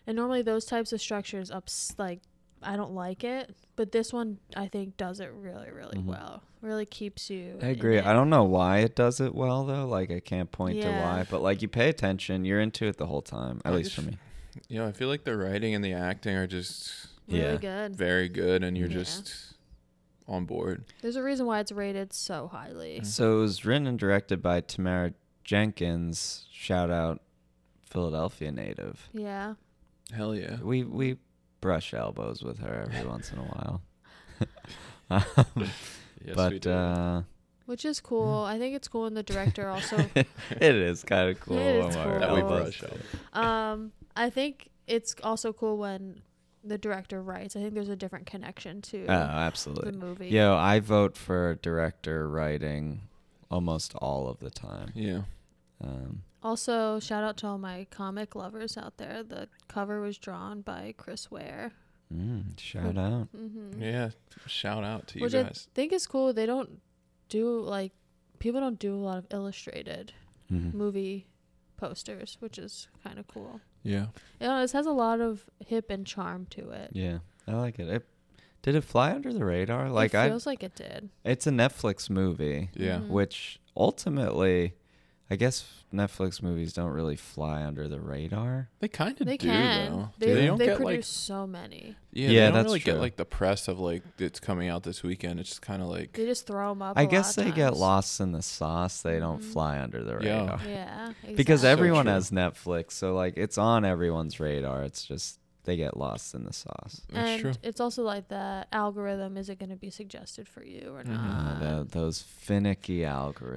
Speaker 2: And normally those types of structures ups like I don't like it, but this one I think does it really, really
Speaker 1: Mhm.
Speaker 2: well. Really keeps you.
Speaker 1: I
Speaker 2: in
Speaker 1: agree.
Speaker 2: it.
Speaker 1: I don't know why it does it well though. Like I can't point to
Speaker 2: Yeah.
Speaker 1: why, but like you pay attention, you're into it the whole time. At
Speaker 3: I
Speaker 1: least for
Speaker 3: just-
Speaker 1: me.
Speaker 3: You know, I feel like the writing and the acting are just
Speaker 2: Really
Speaker 1: yeah.
Speaker 2: good.
Speaker 3: very good, and you're
Speaker 2: Yeah.
Speaker 3: just on board.
Speaker 2: There's a reason why it's rated so highly.
Speaker 1: So it was written and directed by Tamara Jenkins. Shout out, Philadelphia native.
Speaker 2: Yeah.
Speaker 3: Hell yeah.
Speaker 1: We we brush elbows with her every once in a while. Um,
Speaker 3: Yes, we
Speaker 1: but
Speaker 3: do.
Speaker 1: uh,
Speaker 2: Which is cool. I think it's cool and the director also
Speaker 1: it is kind of cool.
Speaker 2: is
Speaker 1: when we're
Speaker 2: cool.
Speaker 3: that we
Speaker 1: elbows.
Speaker 3: brush out.
Speaker 2: um i think it's also cool when the director writes i think there's a different connection to
Speaker 1: Oh,
Speaker 2: the
Speaker 1: absolutely.
Speaker 2: movie
Speaker 1: Yo, I vote for director writing almost all of the time.
Speaker 3: Yeah.
Speaker 1: Um,
Speaker 2: also shout out to all my comic lovers out there the cover was drawn by chris ware
Speaker 1: mm, shout out.
Speaker 2: mm-hmm.
Speaker 3: Yeah. Shout out to you
Speaker 2: Which I-
Speaker 3: guys.
Speaker 2: think is cool they don't do like people don't do a lot of illustrated
Speaker 1: Mhm.
Speaker 2: movie posters which is kind of cool
Speaker 3: Yeah.
Speaker 2: you know, this has a lot of hip and charm to it
Speaker 1: Yeah, I like it. it. Did it fly under the radar? Like
Speaker 2: it
Speaker 1: I,
Speaker 2: feels like it did
Speaker 1: it's a Netflix movie,
Speaker 3: Yeah.
Speaker 2: Mhm.
Speaker 1: which ultimately, I guess Netflix movies don't really fly under the radar.
Speaker 3: They kind of
Speaker 2: they
Speaker 3: do
Speaker 2: can
Speaker 3: though.
Speaker 2: they,
Speaker 3: they don't
Speaker 2: they
Speaker 3: get
Speaker 2: produce
Speaker 3: like
Speaker 2: so many
Speaker 1: Yeah,
Speaker 3: yeah, they don't
Speaker 1: that's
Speaker 3: really
Speaker 1: true.
Speaker 3: get like the press of like it's coming out this weekend. It's just kind of like
Speaker 2: They just throw them up.
Speaker 1: I
Speaker 2: a
Speaker 1: guess
Speaker 2: lot
Speaker 1: they
Speaker 2: of
Speaker 1: get
Speaker 2: times.
Speaker 1: lost in the sauce. They don't
Speaker 2: Mhm.
Speaker 1: fly under the
Speaker 3: Yeah.
Speaker 1: radar.
Speaker 2: Yeah, exactly.
Speaker 1: Because
Speaker 3: So
Speaker 1: everyone
Speaker 3: true.
Speaker 1: has Netflix, so like it's on everyone's radar. It's just they get lost in the sauce.
Speaker 3: that's
Speaker 2: and
Speaker 3: true.
Speaker 2: it's also like the algorithm is it going to be suggested for you or
Speaker 3: Mhm.
Speaker 1: Ah,
Speaker 2: not?
Speaker 1: tho- those finicky algorithms.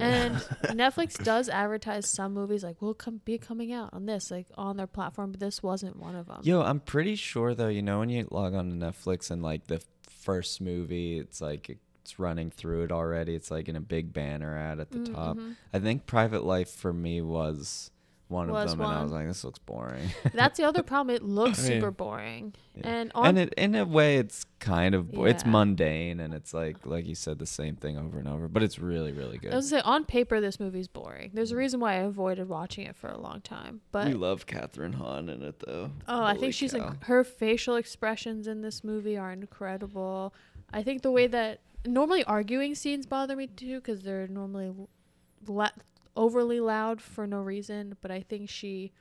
Speaker 2: and Netflix does advertise some movies like will come be coming out on this like on their platform, but this wasn't one of them.
Speaker 1: Yo, I'm pretty sure though, you know, when you log on to Netflix and like the first movie, it's like it's running through it already. It's like in a big banner ad at the
Speaker 2: Mm-hmm.
Speaker 1: top. I think Private Life for me was one
Speaker 2: Was
Speaker 1: of them, and I was
Speaker 2: one.
Speaker 1: like, this looks boring.
Speaker 2: That's the other problem. It looks
Speaker 3: I mean-
Speaker 2: super boring.
Speaker 1: Yeah.
Speaker 2: And on
Speaker 1: and it, in a way, it's kind of bo- it's
Speaker 2: Yeah.
Speaker 1: mundane, and it's like like you said, the same thing over and over, but it's really really
Speaker 2: I
Speaker 1: good.
Speaker 2: was gonna say on paper this movie's boring. There's a
Speaker 1: Mm-hmm.
Speaker 2: reason why I avoided watching it for a long time. But
Speaker 1: we love Catherine Hahn in it though.
Speaker 2: Oh, I
Speaker 1: Holy
Speaker 2: think she's
Speaker 1: cow.
Speaker 2: inc- her facial expressions in this movie are incredible. I think the way that normally arguing scenes bother me too because they're normally l- la- overly loud for no reason, but I think she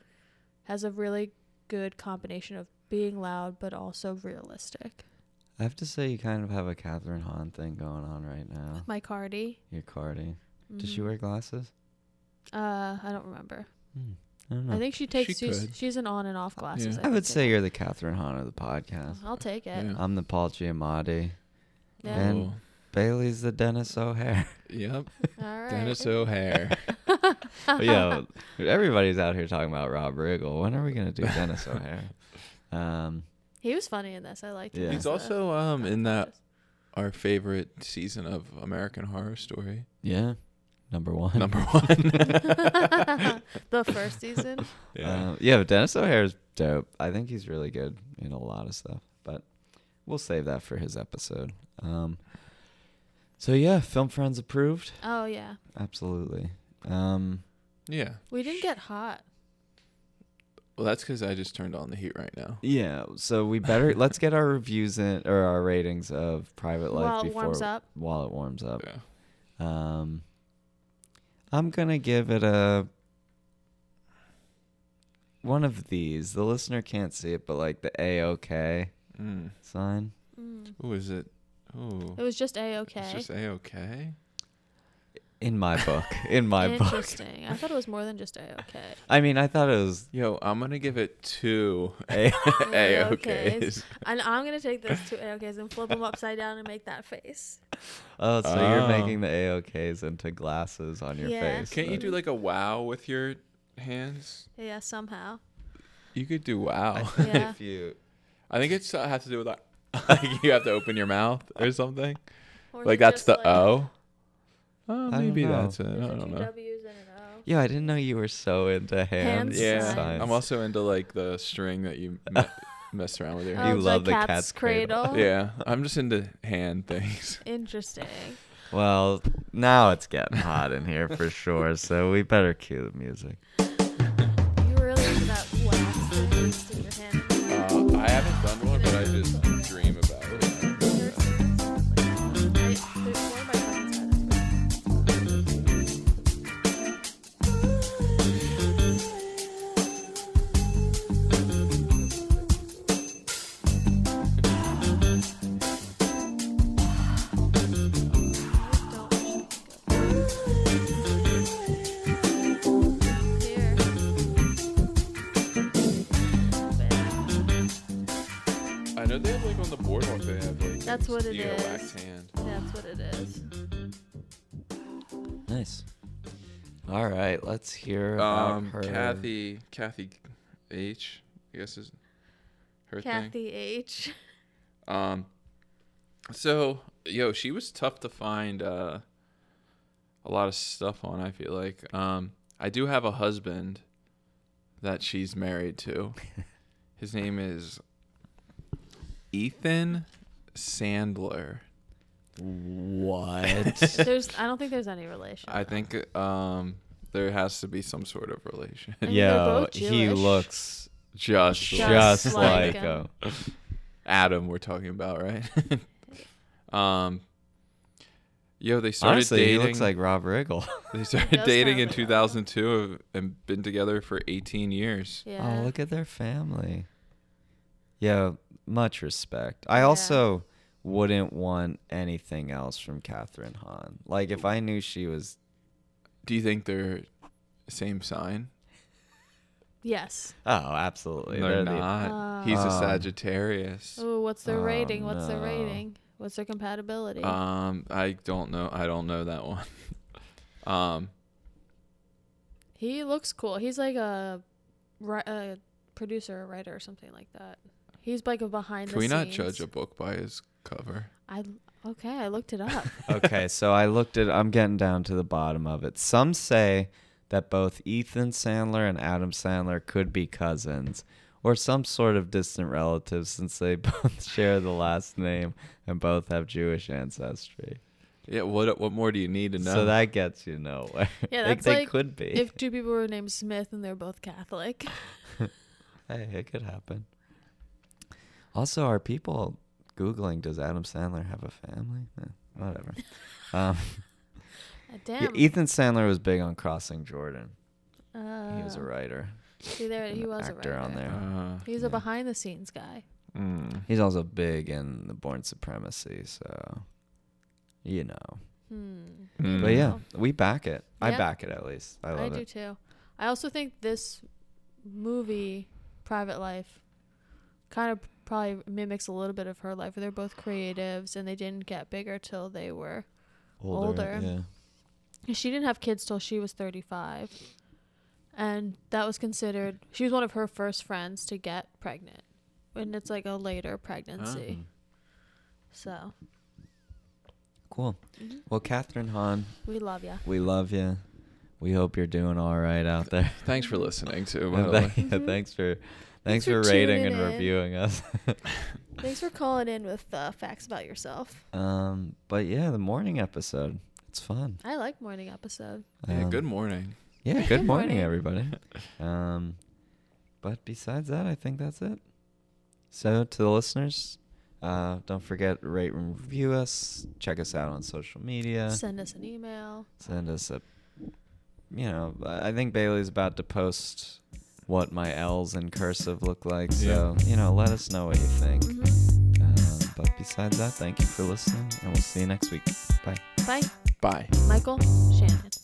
Speaker 2: has a really good combination of being loud but also realistic.
Speaker 1: I have to say, you kind of have a Catherine Hahn thing going on right now.
Speaker 2: My Cardi.
Speaker 1: You're carding. Does she
Speaker 2: mhm.
Speaker 1: wear glasses?
Speaker 2: Uh, I don't remember.
Speaker 1: Hmm. I don't know.
Speaker 2: I think she takes
Speaker 3: She
Speaker 2: she's,
Speaker 3: could.
Speaker 2: she's an on and off glasses.
Speaker 3: Yeah.
Speaker 1: I would
Speaker 2: think.
Speaker 1: say you're the Catherine Hahn of the podcast.
Speaker 2: I'll take it.
Speaker 3: Yeah.
Speaker 1: I'm the Paul Giamatti.
Speaker 2: Yeah.
Speaker 1: Um, And- Bailey's the Dennis O'Hare.
Speaker 3: yep,
Speaker 2: All right.
Speaker 3: Dennis uh, O'Hare.
Speaker 1: Yo, everybody's out here talking about Rob Riggle. When are we gonna do Dennis O'Hare? Um,
Speaker 2: He was funny in this. I liked him.
Speaker 1: Yeah.
Speaker 2: as
Speaker 3: He's
Speaker 2: the-
Speaker 3: also um in that our favorite season of American Horror Story.
Speaker 1: Yeah. Number one.
Speaker 3: Number one.
Speaker 2: the first season.
Speaker 3: Um,
Speaker 1: Yeah. Uh, yeah, but Dennis O'Hare's dope. I think he's really good in a lot of stuff, but we'll save that for his episode. Um, so yeah, film friends approved.
Speaker 2: Oh yeah,
Speaker 1: Absolutely. Um,
Speaker 3: yeah.
Speaker 2: we didn't get hot.
Speaker 3: Well, that's because I just turned on the heat right now.
Speaker 1: yeah, so we better let's get our reviews in or our ratings of Private Life
Speaker 2: While it
Speaker 1: before
Speaker 2: warms up.
Speaker 1: while it warms up.
Speaker 3: Yeah.
Speaker 1: Um, I'm gonna give it a one of these. The listener can't see it, but like the A OK
Speaker 3: Mm.
Speaker 1: sign.
Speaker 2: Mm.
Speaker 3: Ooh, is it? Ooh.
Speaker 2: It was just a
Speaker 3: It's
Speaker 2: okay.
Speaker 3: just a okay.
Speaker 1: In my book. In my book.
Speaker 2: Interesting. I thought it was more than just a okay.
Speaker 1: I mean, I thought it was
Speaker 3: Yo, I'm gonna give it two
Speaker 1: A.
Speaker 3: a
Speaker 2: AOKs.
Speaker 3: okays.
Speaker 2: And I'm gonna take those two a ok's and flip them upside down and make that face.
Speaker 1: oh, so you're
Speaker 3: Oh.
Speaker 1: making the A OKs into glasses on your
Speaker 2: Yeah.
Speaker 1: face.
Speaker 3: Can't you
Speaker 1: but-
Speaker 3: do like a wow with your hands?
Speaker 2: Yeah, somehow.
Speaker 3: You could do wow.
Speaker 1: I
Speaker 3: I,
Speaker 1: think
Speaker 2: Yeah.
Speaker 1: if you
Speaker 3: think it's uh, has to do with like, like you have to open your mouth or something.
Speaker 2: Or is
Speaker 3: Like
Speaker 2: it
Speaker 3: that's
Speaker 2: just
Speaker 3: the
Speaker 2: like-
Speaker 3: O. Oh,
Speaker 1: I don't
Speaker 3: maybe
Speaker 1: know.
Speaker 3: that's it. I
Speaker 2: There's
Speaker 3: don't
Speaker 2: two
Speaker 3: know.
Speaker 2: W's and an O.
Speaker 1: Yeah, I didn't know you were so into hand
Speaker 2: Hand
Speaker 3: Yeah,
Speaker 1: signs.
Speaker 3: I'm also into like the string that you me- mess around with your hand.
Speaker 1: You
Speaker 2: it's
Speaker 1: love
Speaker 2: a
Speaker 1: the cat's cradle.
Speaker 2: Oh.
Speaker 3: Yeah, I'm just into hand things.
Speaker 2: Interesting.
Speaker 1: Well, now it's getting hot in here for sure, so we better cue the music.
Speaker 2: You really into that wax that you stick your hand in the wax.
Speaker 3: Uh, I haven't done one, but I just dream about
Speaker 2: Yours
Speaker 3: it.
Speaker 2: is like- I- there's more of my friends had it, but- I don't wish I could go. Here.
Speaker 3: I know they have like on the boardwalk. They have like
Speaker 2: That's what it
Speaker 3: you get a wax
Speaker 2: is.
Speaker 3: hand.
Speaker 2: That's what it is.
Speaker 1: Nice. All right, let's hear about
Speaker 3: Um,
Speaker 1: her.
Speaker 3: Kathy, Kathy H, I guess is her thing.
Speaker 2: Kathy H.
Speaker 3: Um, so yo, she was tough to find uh, a lot of stuff on. I feel like um, I do have a husband that she's married to. His name is Ethan Sandler.
Speaker 1: What?
Speaker 2: There's. I don't think there's any relation.
Speaker 3: I think um, there has to be some sort of relation.
Speaker 2: I mean, they're
Speaker 1: Yo,
Speaker 2: both
Speaker 1: he
Speaker 2: Jewish.
Speaker 1: looks
Speaker 3: Just,
Speaker 1: just,
Speaker 2: Just
Speaker 1: like
Speaker 2: like
Speaker 1: him.
Speaker 3: Adam we're talking about, right? um Yo, they started
Speaker 1: Honestly,
Speaker 3: dating.
Speaker 1: he looks like Rob Riggle.
Speaker 3: they
Speaker 2: He
Speaker 3: started
Speaker 2: does
Speaker 3: dating
Speaker 2: kinda
Speaker 3: in
Speaker 2: look like
Speaker 3: 2002 and been together for 18 years.
Speaker 2: Yeah.
Speaker 1: Oh, look at their family. Yeah, much respect. I
Speaker 2: Yeah.
Speaker 1: also wouldn't want anything else from Catherine Hahn. Like, if I knew she was
Speaker 3: Do you think they're same sign?
Speaker 2: Yes.
Speaker 1: Oh, absolutely.
Speaker 3: they're,
Speaker 1: They're the-
Speaker 2: Oh.
Speaker 3: not. He's a
Speaker 1: Um,
Speaker 3: Sagittarius.
Speaker 2: Oh, what's their
Speaker 1: Oh,
Speaker 2: rating? What's their
Speaker 1: no. Uh,
Speaker 2: rating? What's their compatibility?
Speaker 3: Um, I don't know. I don't know that one. um,
Speaker 2: he looks cool. He's like a, ri- a producer, a writer, or something like that. He's like a behind
Speaker 3: can
Speaker 2: the
Speaker 3: we
Speaker 2: scenes.
Speaker 3: not judge a book by his cover?
Speaker 2: I okay. I looked it up.
Speaker 1: okay, so I looked at I'm getting down to the bottom of it. Some say that both Ethan Sandler and Adam Sandler could be cousins or some sort of distant relatives since they both share the last name and both have Jewish ancestry.
Speaker 3: Yeah. What What more do you need to know?
Speaker 1: So that gets you nowhere.
Speaker 2: Yeah,
Speaker 1: Like,
Speaker 2: that's
Speaker 1: they
Speaker 2: like
Speaker 1: could be.
Speaker 2: if two people were named Smith and they're both Catholic,
Speaker 1: hey, it could happen. Also, are people googling does Adam Sandler have a family? Eh, whatever. Um,
Speaker 2: Uh,
Speaker 1: yeah,
Speaker 2: damn.
Speaker 1: Ethan Sandler was big on Crossing Jordan.
Speaker 2: uh,
Speaker 1: he was a writer.
Speaker 2: See there, he
Speaker 1: an
Speaker 2: was
Speaker 1: actor
Speaker 2: a writer.
Speaker 1: on there.
Speaker 3: Uh,
Speaker 2: He's
Speaker 1: Yeah.
Speaker 2: a behind the scenes guy.
Speaker 3: mm.
Speaker 1: He's also big in the Born Supremacy, so you know.
Speaker 2: Hmm.
Speaker 3: Mm.
Speaker 1: But yeah,
Speaker 2: Wow.
Speaker 1: we back it. I
Speaker 2: Yeah.
Speaker 1: back it at least. I
Speaker 2: I
Speaker 1: love
Speaker 2: do
Speaker 1: it.
Speaker 2: too. I also think this movie, Private Life, kind of probably mimics a little bit of her life. Where they're both creatives, and they didn't get bigger till they were. Older.
Speaker 1: Yeah.
Speaker 2: and She didn't have kids till she was thirty-five, and that was considered. She was one of her first friends to get
Speaker 1: Hmm. Ah.
Speaker 2: pregnant, and it's like a later pregnancy. So
Speaker 1: Cool.
Speaker 2: Mhm.
Speaker 1: Well, Catherine Hahn,
Speaker 2: We love ya.
Speaker 1: we love you. We hope you're doing all right out there.
Speaker 3: Thanks for listening too. by
Speaker 1: Yeah,
Speaker 3: the
Speaker 1: thank-
Speaker 3: way.
Speaker 1: yeah, thanks for thanks, for,
Speaker 2: for
Speaker 1: rating
Speaker 2: tuning
Speaker 1: and
Speaker 2: in.
Speaker 1: reviewing us.
Speaker 2: Thanks for calling in with uh, facts about yourself.
Speaker 1: um, but yeah, the morning episode. It's fun.
Speaker 2: I like morning episode.
Speaker 3: Yeah,
Speaker 1: Um,
Speaker 3: good morning.
Speaker 1: Yeah, good
Speaker 2: Good
Speaker 1: morning,
Speaker 2: morning.
Speaker 1: everybody. Um, but besides that, I think that's it. So to the listeners, uh, don't forget rate and review us. Check us out on social media.
Speaker 2: Send us an email.
Speaker 1: Send us a, you know, I I think Bailey's about to post what my L's in cursive look like. So you know, let us know what you think.
Speaker 2: Mhm.
Speaker 1: Um, but besides that, thank you for listening, and we'll see you next week. Bye.
Speaker 2: Bye,
Speaker 3: Bye.
Speaker 2: Michael Shannon.